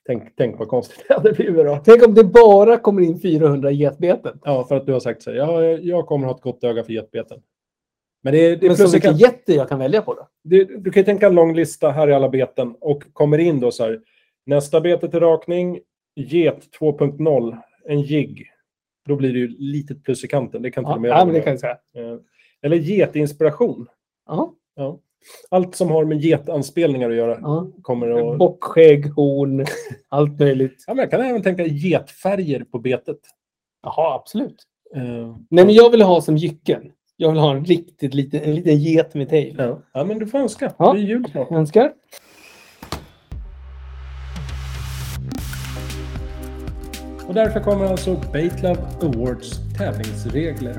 Tänk, tänk vad konstigt det hade blivit då.
Tänk om det bara kommer in 400 getbeten.
Ja, för att du har sagt så här, ja, jag- jag kommer ha ett gott öga för getbeten. Men det är, det är
Men så
plus det
mycket
kan,
getter jag kan välja på då.
det, du kan ju tänka en lång lista, här i alla beten, och kommer in då så här, nästa bete till rakning, get 2.0, en jigg. Då blir det ju litet plus i kanten, det kan till
Ja,
och med
ja,
jag
men det kan
göra.
jag säga.
Eh, Eller getinspiration.
Ja,
Allt som har med getanspelningar att göra
ja.
kommer att...
Bockskägg, horn, allt möjligt.
Ja, men jag kan även tänka getfärger på betet.
Jaha, absolut.
Eh,
Nej, men jag vill ha som jycken. Jag vill ha en riktigt liten, en liten get med tail.
Ja. ja, men du får önska.
Ja.
Det är jul snart.
Jag önskar.
Och därför kommer alltså Baitlab Awards tävlingsregler.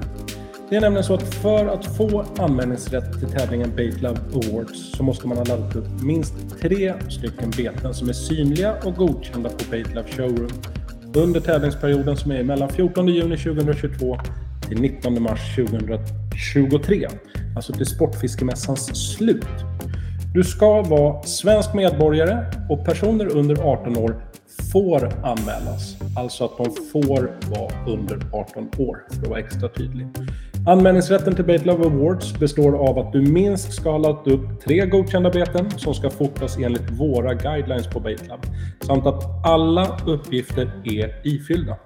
Det är nämligen så att för att få anmälningsrätt till tävlingen Baitlab Awards så måste man ha laddat upp minst tre stycken beten som är synliga och godkända på Baitlab Showroom under tävlingsperioden som är mellan 14 juni 2022 till 19 mars 2023. Alltså till Sportfiskemässans slut. Du ska vara svensk medborgare och personer under 18 år får anmälas. Alltså att de får vara under 18 år, för att vara extra tydlig. Anmälningsrätten till Bait Love Awards består av att du minst ska ha lagt upp tre godkända beten som ska fotas enligt våra guidelines på Bait Love, samt att alla uppgifter är ifyllda.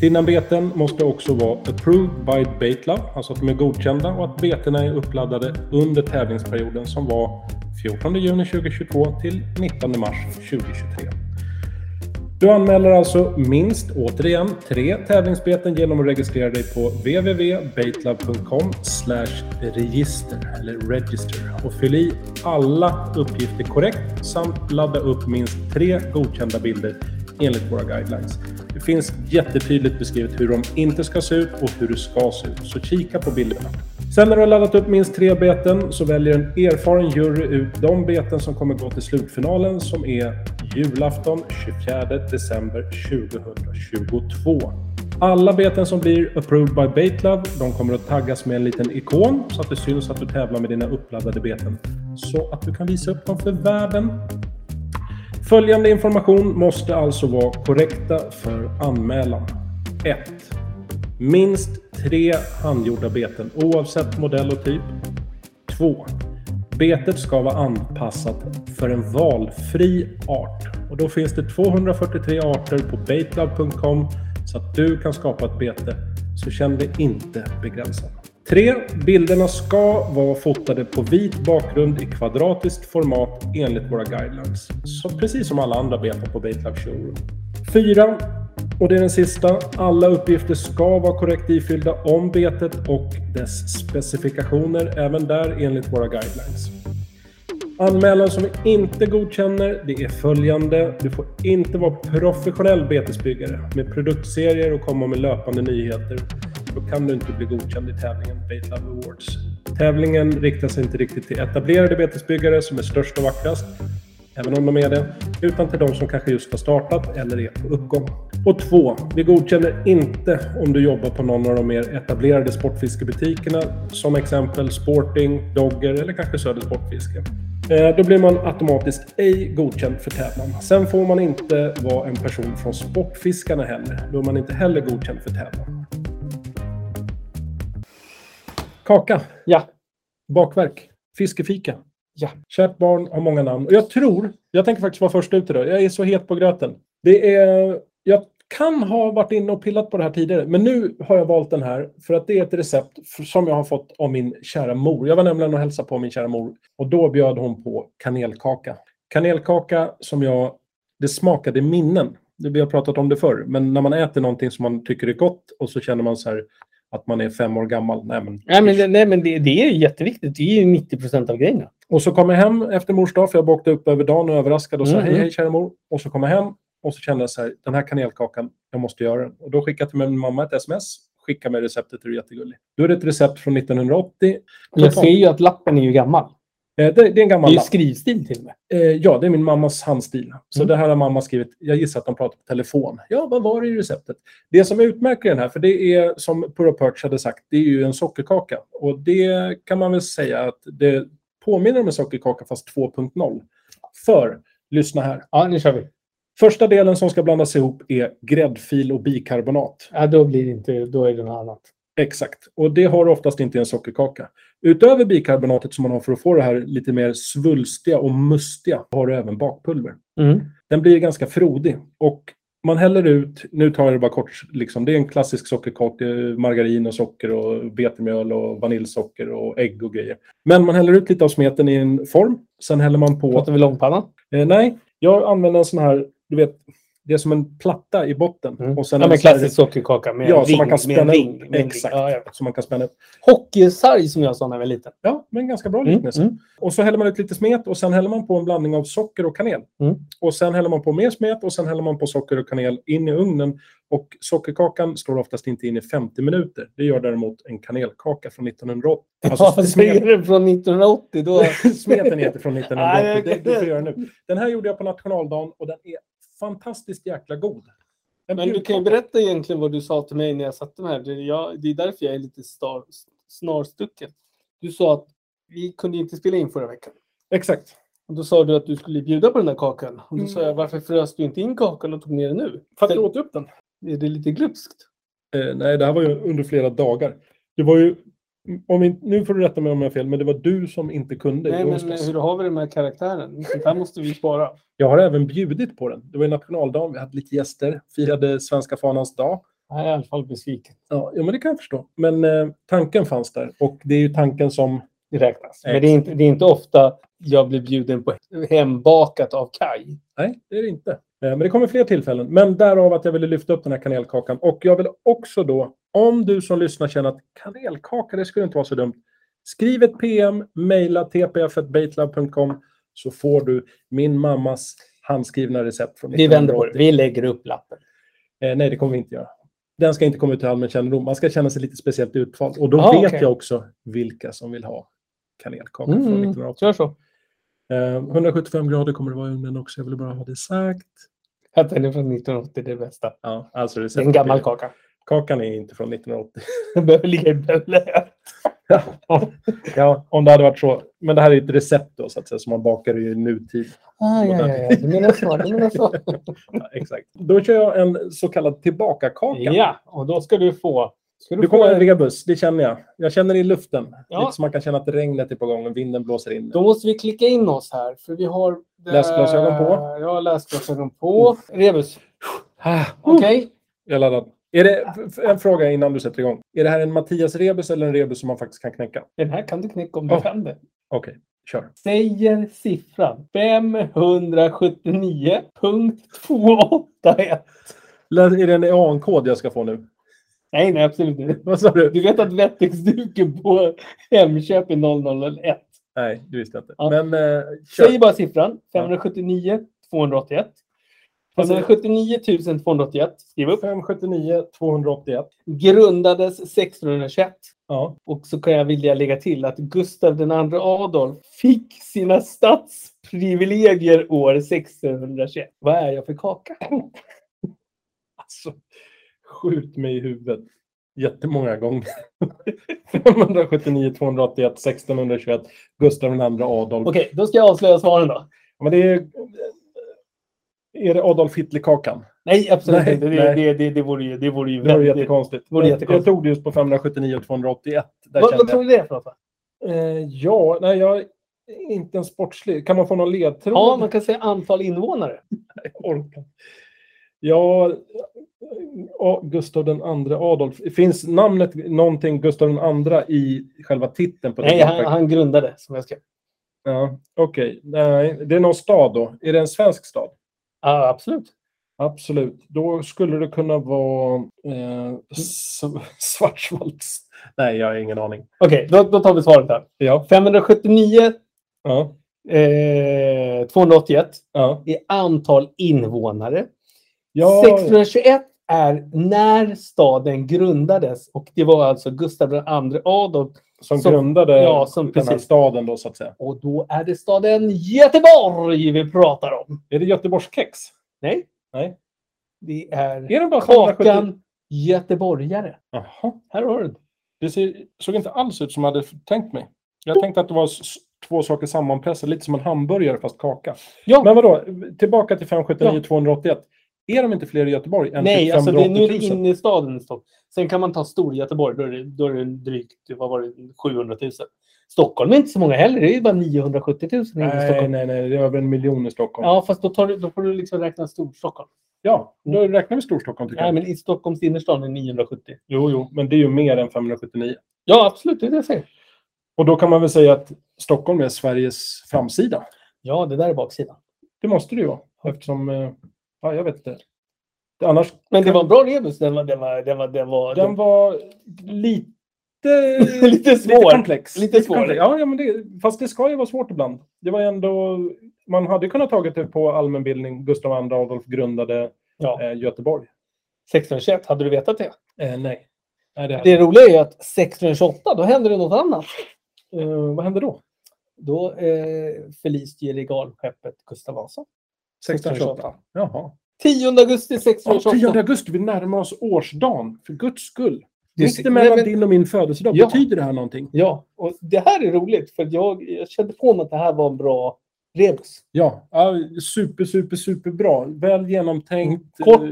Dina beten måste också vara approved by Baitlab, alltså att de är godkända och att betena är uppladdade under tävlingsperioden som var 14 juni 2022 till 19 mars 2023. Du anmäler alltså minst, återigen, tre tävlingsbeten genom att registrera dig på www.baitlab.com register eller register och fyll i alla uppgifter korrekt samt ladda upp minst tre godkända bilder enligt våra guidelines. Det finns jättetydligt beskrivet hur de inte ska se ut och hur det ska se ut, så kika på bilderna. Sen när du har laddat upp minst tre beten så väljer en erfaren jury ut de beten som kommer gå till slutfinalen som är julafton 24 december 2022. Alla beten som blir approved by Baitlove, de kommer att taggas med en liten ikon så att det syns att du tävlar med dina uppladdade beten. Så att du kan visa upp dem för världen Följande information måste alltså vara korrekta för anmälan. 1. Minst tre handgjorda beten oavsett modell och typ. 2. Betet ska vara anpassat för en valfri art. Och då finns det 243 arter på baitlove.com så att du kan skapa ett bete. Så känn dig inte begränsad. 3. Bilderna ska vara fotade på vit bakgrund i kvadratiskt format enligt våra guidelines. Så precis som alla andra beten på Baitlove Showroom. 4. Och det är den sista. Alla uppgifter ska vara korrekt ifyllda om betet och dess specifikationer, även där enligt våra guidelines. Anmälan som vi inte godkänner, det är följande. Du får inte vara professionell betesbyggare med produktserier och komma med löpande nyheter. Då kan du inte bli godkänd i tävlingen Bait Love Awards. Tävlingen riktar sig inte riktigt till etablerade betesbyggare som är störst och vackrast, även om de är det, utan till de som kanske just har startat eller är på uppgång. Och två, vi godkänner inte om du jobbar på någon av de mer etablerade sportfiskebutikerna, som exempel Sporting, Dogger eller kanske Söder Sportfiske. Eh, Då blir man automatiskt ej godkänd för tävlan. Sen får man inte vara en person från Sportfiskarna heller. Då är man inte heller godkänd för tävlan. Kaka,
Ja,
bakverk, fiskefika.
ja.
Kärt barn har många namn. Och jag tror, jag tänker faktiskt vara först ut idag. Jag är så het på gröten. Det är, jag kan ha varit inne och pillat på det här tidigare, men nu har jag valt den här för att det är ett recept f- som jag har fått av min kära mor. Jag var nämligen och hälsade på min kära mor och då bjöd hon på kanelkaka. Kanelkaka som jag, det smakade minnen. Det- Vi har pratat om det förr, men när man äter någonting som man tycker är gott och så känner man så här att man är fem år gammal. Nej, men
Nej, men, det- nej, men det, det är ju jätteviktigt. Det är ju 90 procent av grejerna.
Och så kom jag hem efter mors dag, för jag bakade upp över dagen och överraskade och sa
Mm,
hej,
mm.
hej kära mor. Och så kom jag hem och så kände jag så här, den här kanelkakan, jag måste göra den. Och då skickade jag till min mamma ett sms, skicka mig receptet, du är jättegullig. Då är det ett recept från 1980.
Jag ser ju att lappen är ju gammal.
Eh, Det, det är en
Det
gammal
är ju
lapp.
skrivstil till och med.
Eh, ja, det är min mammas handstil. Så
Mm.
det här har mamma skrivit. Jag gissar att de pratar på telefon. Ja, vad var det i receptet? Det som utmärker den här, för det är som Puro Perch hade sagt, det är ju en sockerkaka. Och det kan man väl säga att det påminner om en sockerkaka fast 2.0. För, lyssna här.
Ja, nu kör vi.
Första delen som ska blandas ihop är gräddfil och bikarbonat.
Ja, då blir det inte... Då är det något annat.
Exakt. Och det har du oftast inte i en sockerkaka. Utöver bikarbonatet som man har för att få det här lite mer svulstiga och mustiga har du även bakpulver.
Mm.
Den blir ganska frodig. Och man häller ut, nu tar jag det bara kort, liksom, det är en klassisk sockerkaka, det är margarin och socker och vetemjöl och vaniljsocker och ägg och grejer. Men man häller ut lite av smeten i en form, sen häller man på...
Pratar vi långpanna?
Eh, nej, jag använder en sån här, du vet, det är som en platta i botten.
Mm.
Och sen
ja,
en
men
sån här-
klassisk sockerkaka med
Ja,
en
som man
ring,
kan
med en
spänna
ring,
upp.
med en ring.
Exakt.
Ja, ja.
Som man kan spänna upp.
Hockeysarg som jag sa när jag var liten.
Ja, men ganska bra
Mm,
liknelse.
mm.
Och så häller man ut lite smet och sen häller man på en blandning av socker och kanel.
Mm.
Och sen häller man på mer smet och sen häller man på socker och kanel in i ugnen. Och sockerkakan står oftast inte in i 50 minuter. Det gör däremot en kanelkaka från 1980.
Ja, fast säger
smet,
du från 1980 då...
smeten heter från
Nej,
1980.
det-
Det, det får jag göra nu. Den här gjorde jag på nationaldagen och den är fantastiskt jäkla god. En
Men du kan ju
bjudkaka.
berätta egentligen vad du sa till mig när jag satte mig här. Det, jag, det är därför jag är lite star, snarstucken. Du sa att vi kunde inte spela in förra veckan.
Exakt.
Och då sa du att du skulle bjuda på den där kakan. Och då
Mm.
sa jag, varför frös du inte in kakan och tog med den nu?
För att jag
Tänk-
åt upp den.
är det lite glupskt?
Eh, nej, det här var ju under flera dagar. Det var ju, om vi, nu får du rätta mig om jag har fel, men det var du som inte kunde i
Nej, men
onsdags.
hur har vi det med karaktären? Sånt här måste vi spara.
Jag har även bjudit på den. Det var ju nationaldagen, vi hade lite gäster, firade svenska fanans dag.
Jag är i alla fall besviken.
Ja, ja men det kan jag förstå. Men eh, tanken fanns där och det är ju tanken som...
Det räknas. Men
Exakt.
det är, inte, det är inte ofta jag blir bjuden på hembakat av Kaj.
Nej, det är det inte. Eh, men det kommer fler tillfällen. Men därav att jag ville lyfta upp den här kanelkakan. Och jag vill också då, om du som lyssnar känner att kanelkaka, det skulle inte vara så dumt. Skriv ett PM, mejla tpf.baitlab.com så får du min mammas handskrivna recept från
Vi vänder på det.
1980.
Vi lägger upp lappen.
Eh, nej, det kommer vi inte göra. Den ska inte komma ut till allmän kännedom. Man ska känna sig lite speciellt utvald. Och då
Ah,
vet
okej.
jag också vilka som vill ha kanelkaka från
Mm,
1980.
kör så.
Eh, 175 grader kommer det vara i ugnen också. Jag ville bara ha det sagt.
Att den är från 1980, det är det bästa.
Ja, alltså
Det är en gammal kaka.
Kakan är inte från 1980.
Den behöver ligga i böle.
ja, om det hade varit så. Men det här är ett recept då, så att säga, som man bakar i nutid.
Ah, ja, ja, ja. Du menar så. Du menar så.
Ja, exakt. Då kör jag en så kallad tillbaka-kaka.
Ja, och då ska du få... Ska du
Du
få
kommer
en,
en buss, det känner jag. Jag känner i luften.
Ja.
Lite så man kan känna att regnet är på gång och vinden blåser in.
då måste vi klicka in oss här, för vi har...
Läsglasögon på. Mm.
Jag har läsglasögon på. Rebus,
Ah,
okej?
Jag är laddad. Är det, f- en fråga innan du sätter igång. Är det här en Mattias Rebus eller en Rebus som man faktiskt kan knäcka?
Den här kan du knäcka om du
Ja.
kan det.
Okej, kör.
Säger siffran 579.281.
Lä- Är det en EAN-kod jag ska få nu?
Nej, nej, absolut inte.
Vad sa du?
Du vet att Wettexduken på Hemköp är 0001.
Nej, det visste jag inte.
Ja.
Men eh, kör.
Säg bara siffran. 579 281. 579 281. Skriv upp.
579 281.
Grundades 1621.
Ja.
Och så kan jag vilja lägga till att Gustav den andra Adolf fick sina statsprivilegier år 1621. Vad är jag för kaka?
Alltså, skjut mig i huvudet. Jättemånga gånger. 579, 281, 1621, Gustav II Adolf.
Okej, då ska jag avslöja svaren då.
Men det är... Är det Adolf Hitler-kakan?
Nej, absolut
Nej,
inte. Det,
nej.
det, det, det vore ju, det vore ju
Det vore
väldigt...
jättekonstigt.
vore
Jag-
jättekonstigt.
Jag tog det just på 579 och 281. Där
Vad,
kände
vad tror du det är för något? va?
jag, eh, ja, nej, jag är inte en sportslig. Kan man få någon ledtråd?
Ja, man kan säga antal invånare.
Jag orkar. Ja, ja, Gustav den andra Adolf. Finns namnet någonting Gustav den andra i själva titeln? på
Nej,
det?
han, han grundade som jag skrev.
Ja, Okej, nej. Det är någon stad då. Är det en svensk stad?
Ja, absolut.
Absolut. Då skulle det kunna vara eh, S- Schwarzwalds. Nej, jag har ingen aning.
Okej, då, då tar vi svaret här.
Ja,
579
ja,
eh, 281
ja.
är antal invånare.
ja
621 är när staden grundades och det var alltså Gustav II Adolf.
som,
som-
grundade
ja, som
den här
precis.
staden då så att säga.
Och då är det staden Göteborg vi pratar om.
Är det Göteborgskex?
Nej.
Nej.
Det är
Är det bara 570?
Kakan Göteborgare.
Jaha.
Här har du den.
Det ser, såg inte alls ut som jag hade tänkt mig. Jag tänkte att det var s- s- två saker sammanpressade, lite som en hamburgare fast kaka.
Ja.
Men vadå, tillbaka till 579
Ja.
281. Är de inte fler i Göteborg än
Nej,
typ
alltså det, nu är det
580 000?
inne i staden i Stockholm. Sen kan man ta Storgöteborg, då är det, då är det drygt vad var det, 700 000. Stockholm är inte så många heller, det är ju bara 970 000 inne i
Nej,
Stockholm.
nej, nej, det är över en miljon i Stockholm. Ja,
Ja, fast då, tar du, då får du liksom räkna Storstockholm.
då räknar vi Storstockholm tycker
Nej,
jag.
men i Stockholms innerstad är 970.
Jo, jo, men det är ju mer än 579.
Ja, absolut, det är det jag säger.
Och då kan man väl säga att Stockholm är Sveriges framsida.
Ja, det där är baksidan.
Det måste det ju vara, eftersom... eh, Ja, jag vet inte. Annars
Men det var en bra rebus. Den var... Den var, den var, den var,
Den var lite...
Lite svår.
Lite komplex.
Lite svår.
komplex. Ja, ja, men det, fast det ska ju vara svårt ibland. Det var ändå... Man hade ju kunnat tagit det på allmänbildning. Gustav II Adolf grundade
ja.
eh, Göteborg.
1621, hade du vetat det?
Eh, nej. nej det
Det roliga är ju att 1628, då hände det något annat.
eh, vad hände då?
Då eh, förliste ju regalskeppet Gustav Vasa.
1628. Jaha.
10 augusti
Ja, 10
1628.
augusti, vi närmar oss årsdagen. För guds skull.
Det är-
Mitt emellan
Nej, men-
din och min födelsedag.
Ja.
Betyder det här någonting?
Ja, och det här är roligt för jag, jag kände på mig att det här var en bra rebus.
Ja, ja, super, super, super bra. Väl genomtänkt.
Mm. Kort.
eh,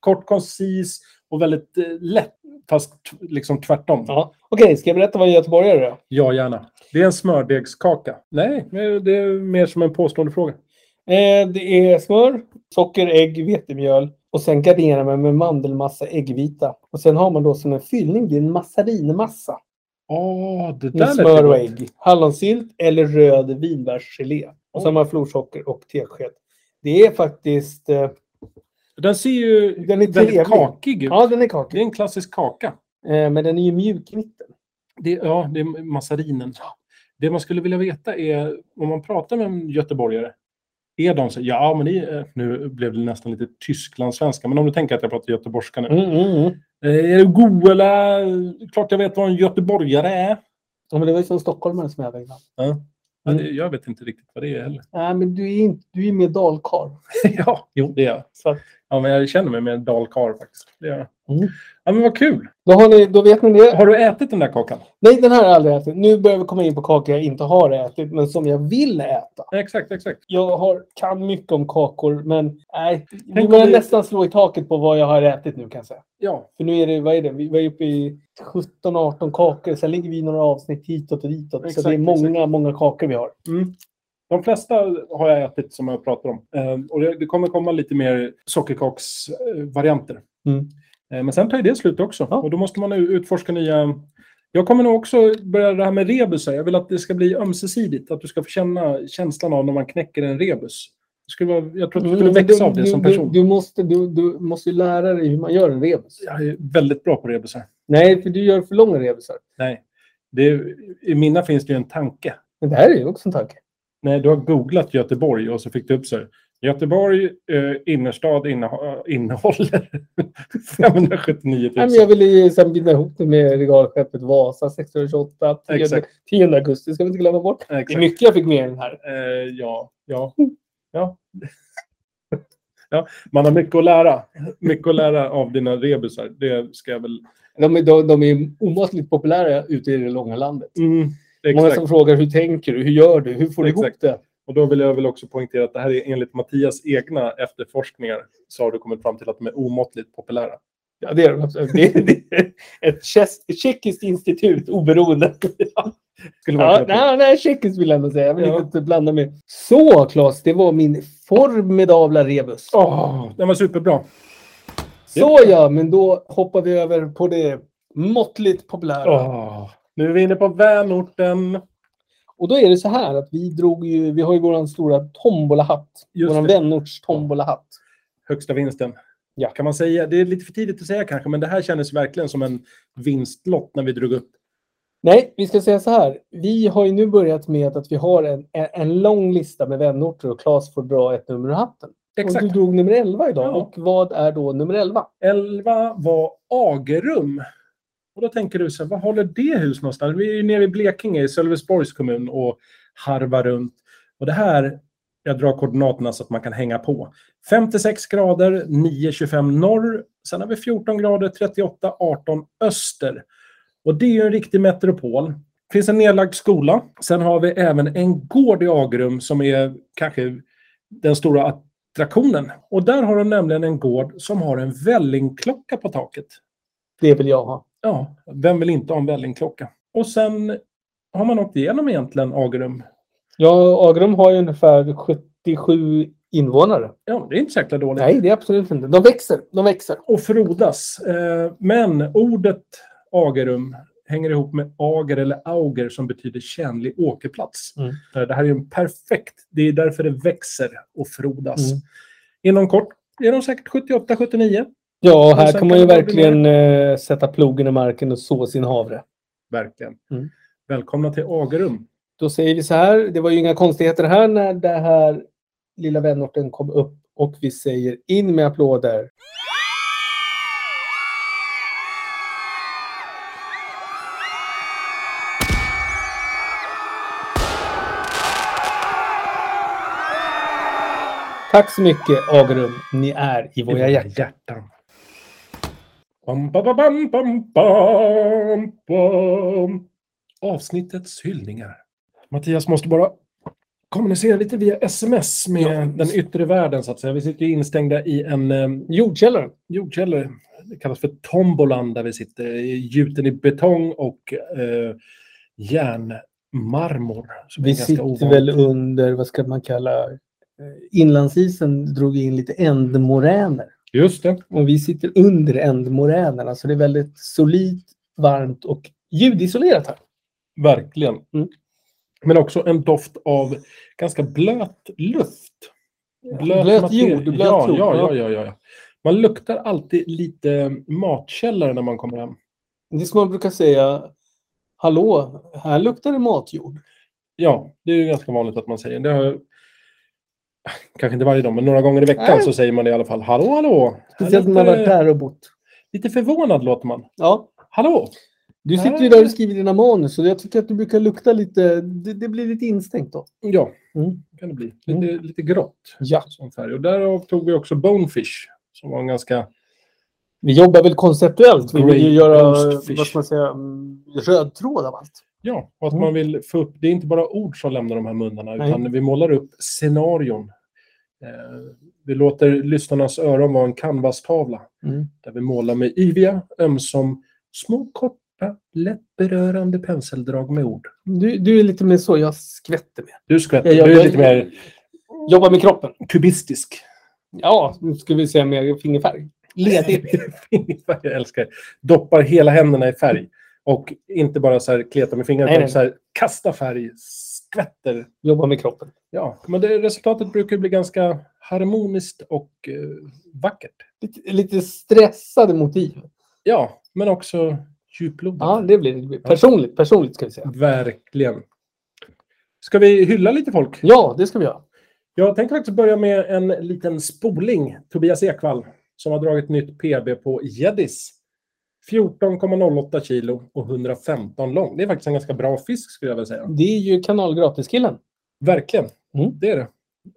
kort, koncis och väldigt eh, lätt. Fast t- liksom tvärtom. Ja.
Ja. Okej, ska jag berätta vad en göteborgare är?
gärna. Det är en smördegskaka. Nej, men det är mer som en påstående fråga.
Eh, det är smör, socker, ägg, vetemjöl och sen garnerar man med mandelmassa, äggvita. Och sen har man då som en fyllning, det är en massarinmassa.
Åh, det
Med
där
smör och
gott.
ägg. Hallonsylt eller röd vinbärsgelé. Och sen har man florsocker och tesked. Det är faktiskt... Eh,
Den ser ju
Den är
väldigt
trevlig.
kakig ut.
ja, den är
Det
kakig.
är en klassisk kaka.
Eh, men den är ju mjuk i mitten.
Det, ja, det är massarinen. Det man skulle vilja veta är, om man pratar med en göteborgare, är de så ja men det är, nu blev det nästan lite Tysklandssvenska, men om du tänker att jag pratar göteborgska nu.
Mm, mm, mm.
Eh, Är du god eller? Klart jag vet vad en göteborgare är.
Ja, men det var ju som stockholmare som jag var innan.
Ja,
Mm.
det, jag vet inte riktigt vad det är heller.
Nej, men du är, inte, du är mer dalkarl.
ja, jo, det är jag.
Så att,
Ja, men jag känner mig mer dalkarl faktiskt. Det gör jag.
Mm.
Ja, men vad kul.
då, har ni, då vet ni det.
Har du ätit den där kakan?
Nej, den här har jag aldrig ätit. Nu börjar vi komma in på kakor jag inte har ätit, men som jag vill äta.
Exakt, exakt.
Jag har, kan mycket om kakor, men nej. Nu
om
börjar
vi-
jag nästan slå i taket på vad jag har ätit nu kan jag säga.
Ja,
För nu är det, vad är det? Vi var uppe i 17-18 kakor. Sen ligger vi några avsnitt hitåt och ditåt. så
Exakt,
det är många, många kakor vi har.
Mm. de flesta har jag ätit som jag pratar om. Eh, och det, det kommer komma lite mer sockerkaksvarianter.
Mm.
Eh, men sen tar ju det slut också.
Ja.
Och då måste man u- utforska nya... Jag kommer nog också börja det här med rebusar. Jag vill att det ska bli ömsesidigt. Att du ska få känna känslan av när man knäcker en rebus. skulle vara, jag tror att du skulle växa av det som person.
Mm, Du, du, måste, du, du måste ju lära dig hur man gör en rebus.
Jag är väldigt bra på rebusar.
Nej, för du gör för långa rebusar.
Nej. Det är, I mina finns det ju en tanke.
Men det här är ju också en tanke.
Nej, du har googlat Göteborg och så fick du upp så här. Göteborg eh, innerstad inneha- innehåller 579
Nej,
000.
men jag ville ju sen binda ihop det med regalskeppet Vasa 1628, 10,
Exakt.
10 augusti ska vi inte glömma bort. Det är
Exakt.
mycket jag fick med i den här.
Eh, ja, ja, ja. ja. Man har mycket att lära. Mycket att lära av dina rebusar. Det ska jag väl...
De är, de, de är omåttligt populära ute i det långa landet.
Mm,
Många
exakt.
som frågar hur tänker du, hur gör du, hur får du ihop
Exakt.
det?
Och då vill jag väl också poängtera att det här är enligt Mattias egna efterforskningar så har du kommit fram till att de är omåttligt populära.
Ja, det är de absolut. Det är, det är ett tjecks- tjeckiskt institut, oberoende.
Skulle vara
Ja,
knepigt.
nej, nej, tjeckiskt vill jag ändå säga. Jag vill
Ja.
inte blanda mig. Så, Claes, det var min formidabla rebus.
Åh, den var superbra.
Så ja, men då hoppar vi över på det måttligt populära.
Åh, Nu är vi inne på vänorten.
Och då är det så här att vi drog ju, vi har ju våran stora tombolahatt.
Just
Våran
det.
vänorts tombolahatt.
Högsta vinsten.
Ja.
Kan man säga. Det är lite för tidigt att säga kanske, men det här kändes verkligen som en vinstlott när vi drog upp.
Nej, vi ska säga så här. Vi har ju nu börjat med att vi har en, en, en lång lista med vänorter och Claes får dra ett nummer ur hatten. Och
Exakt.
du drog nummer 11 idag.
Ja.
Och vad är då nummer 11?
11 var Agerum. Och då tänker du så här, vad håller det hus någonstans? Vi är ju nere i Blekinge, i Sölvesborgs kommun och harvar runt. Och det här, jag drar koordinaterna så att man kan hänga på. 56 grader, 9,25 norr. Sen har vi 14 grader, 38, 18 öster. Och det är ju en riktig metropol. Det finns en nedlagd skola. Sen har vi även en gård i Agerum som är kanske den stora attraktionen. Och där har de nämligen en gård som har en vällingklocka på taket.
Det vill jag ha.
Ja, vem vill inte ha en vällingklocka? Och sen har man åkt igenom egentligen Agerum.
Ja, Agrum har ju ungefär 77 invånare.
Ja, det är inte så jäkla dåligt.
Nej, det är absolut inte. De växer. De växer.
Och frodas. Eh, Men ordet Agerum hänger ihop med ager eller auger som betyder tjänlig åkerplats.
Mm.
Eh, Det här är ju en perfekt, det är därför det växer och frodas.
Mm.
Inom kort är de säkert 78-79.
Ja,
Och
här
sen
kan man ju
kan det bli
verkligen eh, sätta plogen i marken och så sin havre.
Verkligen.
Mm.
Välkomna till Agerum.
Då säger vi så här, det var ju inga konstigheter här när det här lilla vänorten kom upp och vi säger in med applåder. Tack så mycket Agrum, ni är i våra hjärtan.
hjärtan. Bam, ba, ba, bam, bam, bam, bam. Avsnittets hyllningar. Mattias måste bara kommunicera lite via sms med den yttre världen så att säga. Vi sitter ju instängda i en eh,
Jordkällaren.
jordkällare. Det kallas för tombolan där vi sitter. Gjuten i betong och eh, järnmarmor. som är
Vi
ganska
sitter
ovanligt.
väl under, vad ska man kalla, eh, inlandsisen drog in lite ändmoräner.
Just det.
Och vi sitter under ändmoränerna så det är väldigt solidt, varmt och ljudisolerat här.
Verkligen.
Mm.
Men också en doft av ganska blöt luft.
Blöt
materia.
jord, blöt
ja,
jord,
Ja,
ja.
ja, ja, ja. Man luktar alltid lite matkällare när man kommer hem.
Det är som man brukar säga, hallå, här luktar det matjord.
Ja, det är ju ganska vanligt att man säger. Det har... Kanske inte varje dag, men några gånger i veckan
Nej.
så säger man det i alla fall. Hallå, hallå!
Speciellt när man
Lite-
varit där och bott.
Lite förvånad låter man.
Ja,
Hallå!
du
Här-
sitter ju där och skriver dina manus och jag tycker att du brukar lukta lite, det, det blir lite instängt då.
Ja,
Mm.
kan det bli. Lite, lite grått.
Ja.
Sån färg. Och därav tog vi också Bonefish, som var en ganska...
Vi jobbar väl konceptuellt. Vi vill ju
Great
göra,
roast
vad
fish.
ska man säga, mm, röd tråd av allt.
Ja, och att
Mm.
man vill få upp, det är inte bara ord som lämnar de här munnarna,
Nej.
utan vi målar upp scenarion. Eh, vi låter lyssnarnas öron vara en canvastavla,
Mm.
där vi målar med yviga, ömsom små, korta, lätt berörande penseldrag med ord.
Du, du är lite mer så, jag skvätter mer.
Du skvätter,
Jag jobbar-
du är lite mer
Jobbar med kroppen.
kubistisk.
Ja, nu ska vi säga mer fingerfärg. Ledigt.
jag älskar det. Doppar hela händerna i färg. Och inte bara så här kleta med fingrarna,
Nej,
utan
nej.
så här kasta färg, s- skvätter.
Jobba med kroppen.
Ja, men det, resultatet brukar bli ganska harmoniskt och eh, vackert.
Lite, lite stressade motiv.
Ja, men också djuplodigt.
Ja, det blir det. blir Personligt, personligt ska vi säga.
Verkligen. Ska vi hylla lite folk?
Ja, det ska vi göra.
Jag tänkte faktiskt börja med en liten spoling, Tobias Ekvall, som har dragit nytt PB på Gäddis. 14,08 kilo och 115 lång. Det är faktiskt en ganska bra fisk skulle jag vilja säga.
Det är ju kanalgratiskillen.
Verkligen.
Mm.
Det är det.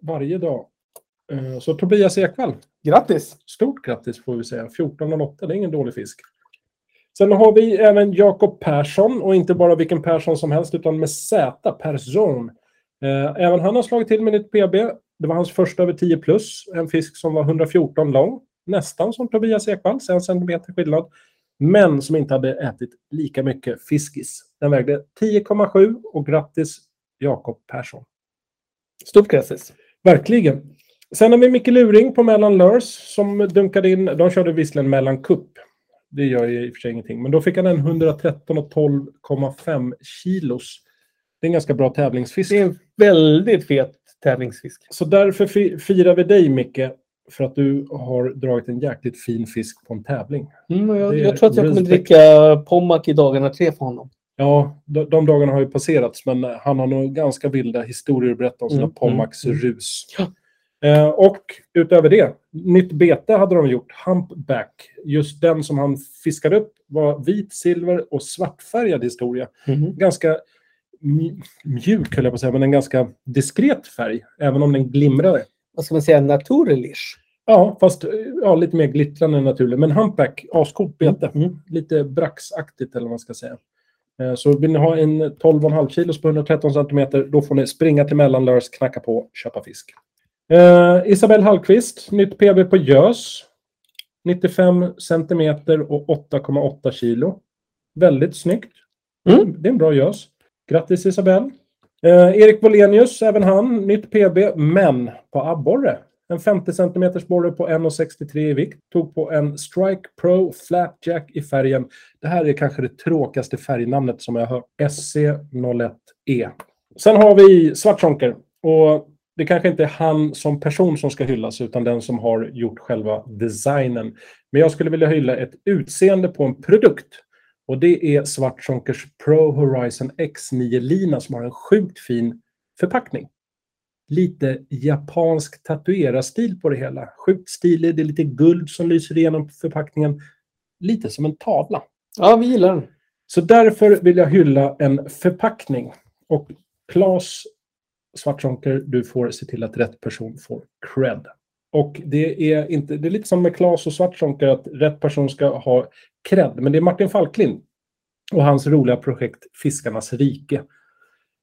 Varje dag. Eh, Så Tobias Ekvall,
Grattis!
stort grattis får vi säga. 14,08, det är ingen dålig fisk. Sen har vi även Jakob Persson och inte bara vilken Persson som helst utan med Z, Persson. Eh, Även han har slagit till med nytt PB. Det var hans första över 10 plus. En fisk som var 114 lång. Nästan som Tobias Ekvall, så en centimeter skillnad. Men som inte hade ätit lika mycket fiskis. Den vägde 10,7 och grattis Jakob Persson.
Stort grattis!
Verkligen. Sen har vi Micke Luring på Mellan Lurs som dunkade in. De körde visserligen Mellan Cup. Det gör ju i och för sig ingenting. Men då fick han en 113 och 12,5 kilos. Det är en ganska bra tävlingsfisk.
Det är en väldigt fet tävlingsfisk.
Så därför fi- firar vi dig Micke. För att du har dragit en jäkligt fin fisk på en tävling.
Mm, och jag,
Det är
jag tror att jag kommer
respekt.
dricka Pommac i dagarna tre för honom.
Ja, de, de dagarna har ju passerats, men han har nog ganska vilda historier att berätta om sina
Mm,
Pommacs
mm,
rus.
Ja.
Eh, och utöver det, nytt bete hade de gjort, humpback. Just den som han fiskade upp var vit, silver och svartfärgad historia.
Mm-hmm.
Ganska mj- mjuk, höll jag på att säga, men en ganska diskret färg, även om den glimrade.
Vad ska man säga? Naturlish.
Ja, fast eh, ja, lite mer glittrande naturligt. Men humpback, ascoolt bete. Lite braxaktigt eller vad man ska säga. Eh, Så vill ni ha en 12,5 kilos på 113 centimeter, då får ni springa till Mellanlörs, knacka på, köpa fisk. Eh, Isabelle Hallqvist, nytt PB på Gös. 95 centimeter och 8,8 kilo. Väldigt snyggt.
Mm.
Det är en bra gös. Grattis Isabelle. Eh, Erik Bolenius, även han, nytt PB, men på abborre. En 50 cm borre på 1,63 i vikt. Tog på en Strike Pro Flapjack i färgen. Det här är kanske det tråkigaste färgnamnet som jag har hört. SC01E. E. Sen har vi Svartzonker. Och det kanske inte är han som person som ska hyllas, utan den som har gjort själva designen. Men jag skulle vilja hylla ett utseende på en produkt. Och det är Svartzonkers Pro Horizon X9-lina som har en sjukt fin förpackning. Lite japansk tatuerarstil på det hela. Sjukt stilig, det är lite guld som lyser igenom på förpackningen. Lite som en tavla.
Ja, vi gillar den.
Så därför vill jag hylla en förpackning. Och Claes Svartzonker, du får se till att rätt person får cred. Och det är, inte, det är lite som med Claes och Svartzonker, att rätt person ska ha cred. Men det är Martin Falklin och hans roliga projekt Fiskarnas rike.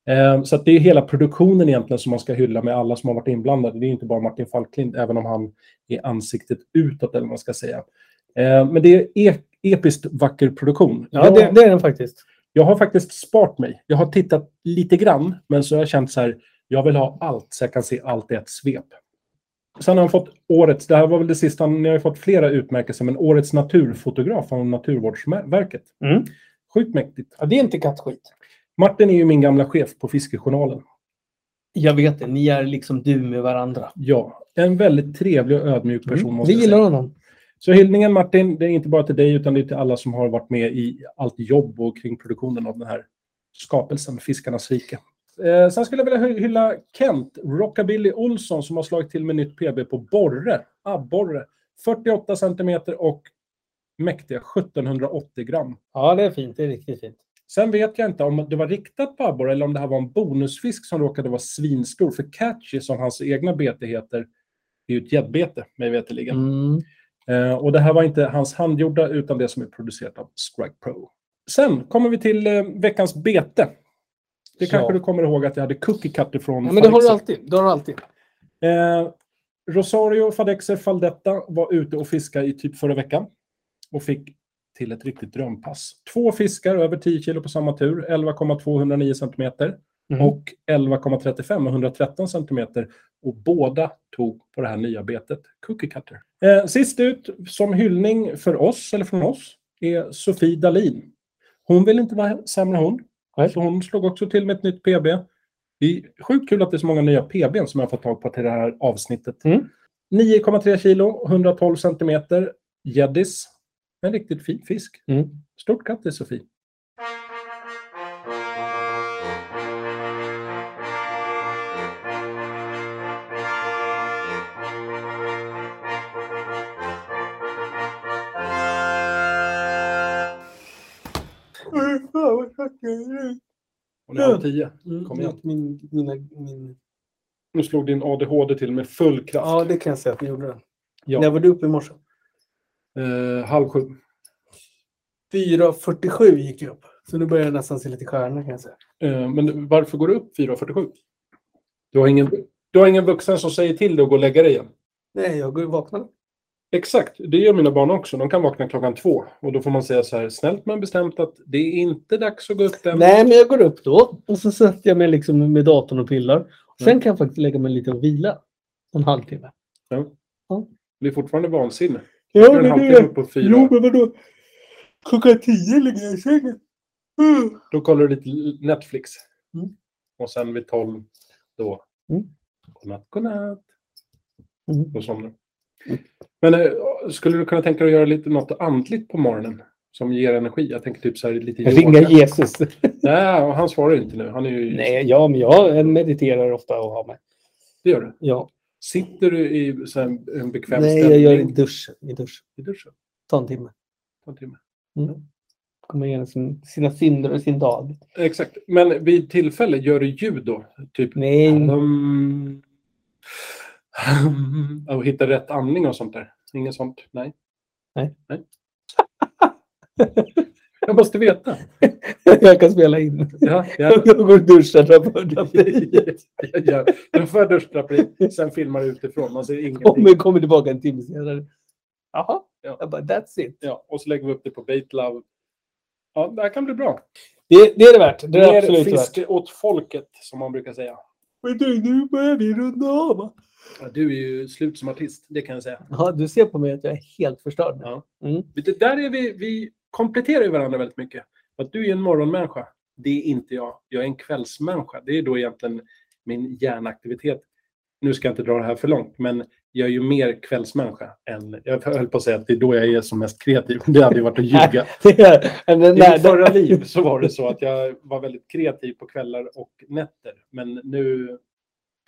Eh, Så att det är hela produktionen egentligen som man ska hylla med alla som har varit inblandade. Det är inte bara Martin Falklin, även om han är ansiktet utåt, eller vad man ska säga. Eh, Men det är e- episkt vacker produktion.
Ja,
Jag-
Det, det är den faktiskt.
jag har faktiskt sparat mig. Jag har tittat lite grann, men så har jag känt så här, jag vill ha allt så jag kan se allt i ett svep. Sen har han fått årets, det här var väl det sista, ni har ju fått flera utmärkelser, men årets naturfotograf från Naturvårdsverket.
Mm.
Sjukt mäktigt.
Ja, det är inte kattskit.
Martin är ju min gamla chef på Fiskejournalen.
Jag vet det. Ni är liksom du med varandra.
Ja, en väldigt trevlig och ödmjuk person. måste
Vi
jag
Mm. gillar
säga.
honom.
Så hyllningen Martin, det är inte bara till dig utan det är till alla som har varit med i allt jobb och kring produktionen av den här skapelsen, Fiskarnas rike. Eh, sen skulle jag vilja hy- hylla Kent Rockabilly Olsson som har slagit till med nytt PB på borre, abborre. 48 centimeter och mäktiga 1780 gram.
Ja, det är fint. Det är riktigt fint.
Sen vet jag inte om det var riktat på abborre eller om det här var en bonusfisk som råkade vara svinstor. För catchy, som hans egna bete heter, är ju ett gäddbete mig veterligen.
Mm.
Eh, och det här var inte hans handgjorda utan det som är producerat av Strike Pro. Sen kommer vi till eh, veckans bete. Det
Ja.
kanske du kommer ihåg att jag hade cookie cutter från
Ja, men det har du
Fadexer.
alltid. Det har du alltid.
Eh, Rosario Fadexer Faldetta var ute och fiskade i typ förra veckan och fick till ett riktigt drömpass. Två fiskar över 10 kilo på samma tur, 11,209 centimeter
Mm.
och 11,35 och 113 centimeter. Och båda tog på det här nya betet, Cookie Cutter. Eh, sist ut som hyllning för oss, eller från oss, är Sofie Dalin. Hon vill inte vara sämre hon,
Nej.
så hon slog också till med ett nytt PB. Det är sjukt kul att det är så många nya PBn som jag har fått tag på till det här avsnittet.
Mm.
9,3 kilo, 112 centimeter, gäddis. En riktigt fin fisk.
Mm.
Stort grattis Sofie! Hon är halv tio. Kom igen.
Min, mina, min...
Nu slog din ADHD till med full kraft.
Ja, det kan jag säga att ni gjorde. Det.
Ja.
När var du uppe i morse?
Eh, halv sju.
4.47 gick jag upp. Så nu börjar jag nästan se lite stjärnor kan jag säga.
Eh, men varför går du upp 4.47? Du har, ingen, du har ingen vuxen som säger till dig att gå och lägga dig igen.
Nej, jag går vaknar.
Exakt, det gör mina barn också. De kan vakna klockan två. Och då får man säga så här snällt men bestämt att det är inte dags att gå upp än.
Nej, men jag går upp då och så sätter jag mig liksom med datorn och pillar. Sen kan jag faktiskt lägga mig lite och vila. En halvtimme.
Det är fortfarande vansinne.
Ja,
Du är en halvtimme uppe på fyra.
men vadå? Klockan tio ligger jag i sängen. Mm.
Då kollar du lite Netflix.
Mm.
Och sen vid tolv, då.
Mm.
Godnatt, godnatt.
Mm.
Då somnar du. Men eh, skulle du kunna tänka dig att göra lite något andligt på morgonen? Som ger energi? Jag tänker typ så här lite
Ringa Jesus.
Nej, och han svarar ju inte nu. Han är ju...
Nej, ja, men jag mediterar ofta och har mig.
Det gör du.
Ja.
Sitter du i så här, en bekväm
Nej, jag gör det i duschen. I duschen.
I duschen?
Ta en timme.
Ta en timme.
Mm. Kommer igenom sin, sina synder och sin dag.
Exakt. Men vid tillfälle, gör du ljud då? Typ...
Nej,
Um, och hitta rätt andning och sånt där? Inget sånt? Nej.
Nej.
Nej. jag måste veta.
jag kan spela in.
Ja, ja.
Jag går och duschar där på draperiet.
Ja, den för duschdraperiet, sen filmar du utifrån. Man ser ingenting.
Kommer, kommer tillbaka en timme senare. Jaha,
Ja.
jag bara that's it.
Ja, och så lägger vi upp det på Baitlove. Ja, det här kan bli bra.
Det, det är det värt. Det är
Mer
absolut värt.
fiske åt folket, som man brukar säga.
Men du, nu börjar vi runda av. va?
Ja, du är ju slut som artist, det kan jag säga.
Ja, du ser på mig att jag är helt förstörd. nu.
Ja.
Mm.
Det där är vi, vi kompletterar ju varandra väldigt mycket. Att du är en morgonmänniska, det är inte jag. Jag är en kvällsmänniska. Det är då egentligen min hjärnaktivitet. Nu ska jag inte dra det här för långt, men jag är ju mer kvällsmänniska än... Jag höll på att säga att det är då jag är som mest kreativ. Det hade ju varit att ljuga.
Det är- men den
I
där-
mitt förra liv så var det så att jag var väldigt kreativ på kvällar och nätter. Men nu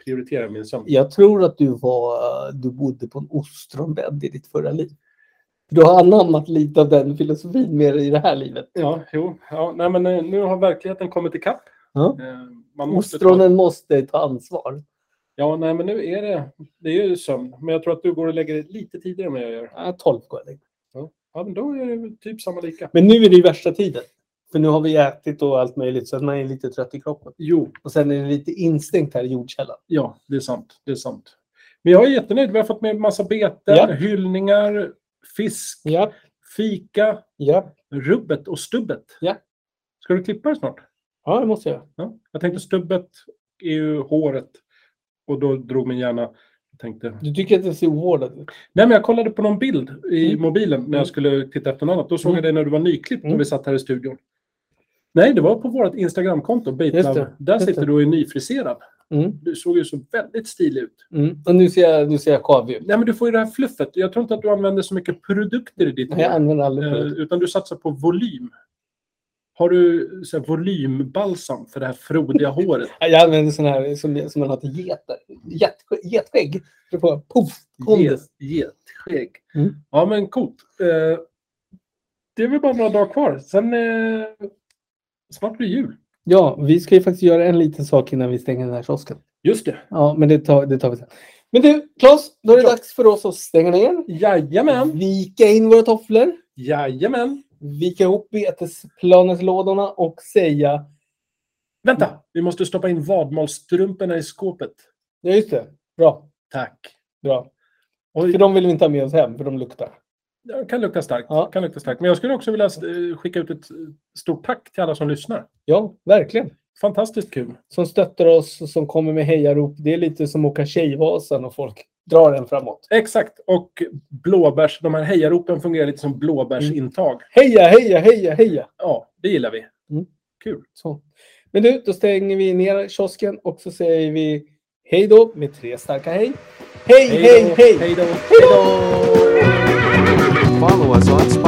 prioriterar jag min sömn.
Jag tror att du, var, du bodde på en ostronbädd i ditt förra liv. Du har anammat lite av den filosofin mer i det här livet.
Ja, jo. Ja, nej, men eh, nu har verkligheten kommit ikapp.
Ja.
Eh, Man måste ta-
Ostronen måste ta ansvar.
Ja, nej, men nu är det... Det är ju sömn. Men jag tror att du går och lägger dig lite tidigare än vad jag gör.
Ja, 12 går jag lägga.
Ja, men då är det väl typ samma lika.
Men nu är det ju värsta tiden. För nu har vi ätit och allt möjligt så att man är lite trött i kroppen.
Jo,
Och sen är det lite instängt här i jordkällan.
ja, det är sant. Det är sant. Men jag är jättenöjd. Vi har fått med massa beten,
Ja.
hyllningar, fisk,
Ja,
fika,
ja.
rubbet och stubbet.
Ja.
Ska du klippa det snart?
ja det måste jag göra.
Ja. Jag tänkte stubbet är ju håret. Och då drog min hjärna... Jag tänkte,
Du tycker att det ser ovårdat ut?
Nej, men jag kollade på någon bild i
Mm.
mobilen när jag skulle titta efter något annat. Då såg jag dig när du var nyklippt
Mm.
och vi satt här i studion. Nej, det var på vårt Instagramkonto,
Just
Baitlab.
det,
Där
just
sitter
det.
du och är nyfriserad.
Mm.
Du såg ju så väldigt stilig ut.
Mm. Och nu ser jag, nu ser jag kavig ut.
Nej, men du får ju det här fluffet. Jag tror inte att du använder så mycket produkter i ditt
Jag
hår.
använder aldrig
eh,
produkt.
Utan du satsar på volym. Har du så här, volymbalsam för det här frodiga håret?
Jag använder sån här som, som man har till getar. Get, getskägg. Då får jag poff,
Get-
kondens.
Getskägg.
Mm.
Ja, men coolt. Eh, det är väl bara några dagar kvar. Sen eh, snart blir det jul.
Ja, vi ska ju faktiskt göra en liten sak innan vi stänger den här kiosken.
Just det.
Ja, men det tar, det tar vi sen. Men du, Claes, då är det dags för oss att stänga ner.
Jajamän.
Vika in våra tofflor.
Jajamän.
Vika ihop betesplaneslådorna och säga...
Vänta, vi måste stoppa in vadmalstrumporna i skåpet.
Ja, just det. Bra.
Tack.
Bra. För
Oj,
de vill vi inte ha med oss hem, för de luktar.
det kan lukta starkt.
Ja.
Kan lukta starkt. Men jag skulle också vilja eh, skicka ut ett eh, stort tack till alla som lyssnar.
Ja, verkligen.
Fantastiskt kul.
Som stöttar oss och som kommer med hejarop. Det är lite som att åka Tjejvasan och folk drar en framåt.
Exakt. Och blåbärs, de här hejaropen fungerar lite som blåbärsintag.
Heja, heja, heja, heja!
Ja, det gillar vi.
Mm. Mm.
Kul.
Så. Men du, då stänger vi ner kiosken och så säger vi hej då med tre starka hej. Hej, hej, hej!
Hej då!
Hej då!
Follow us on Spotify.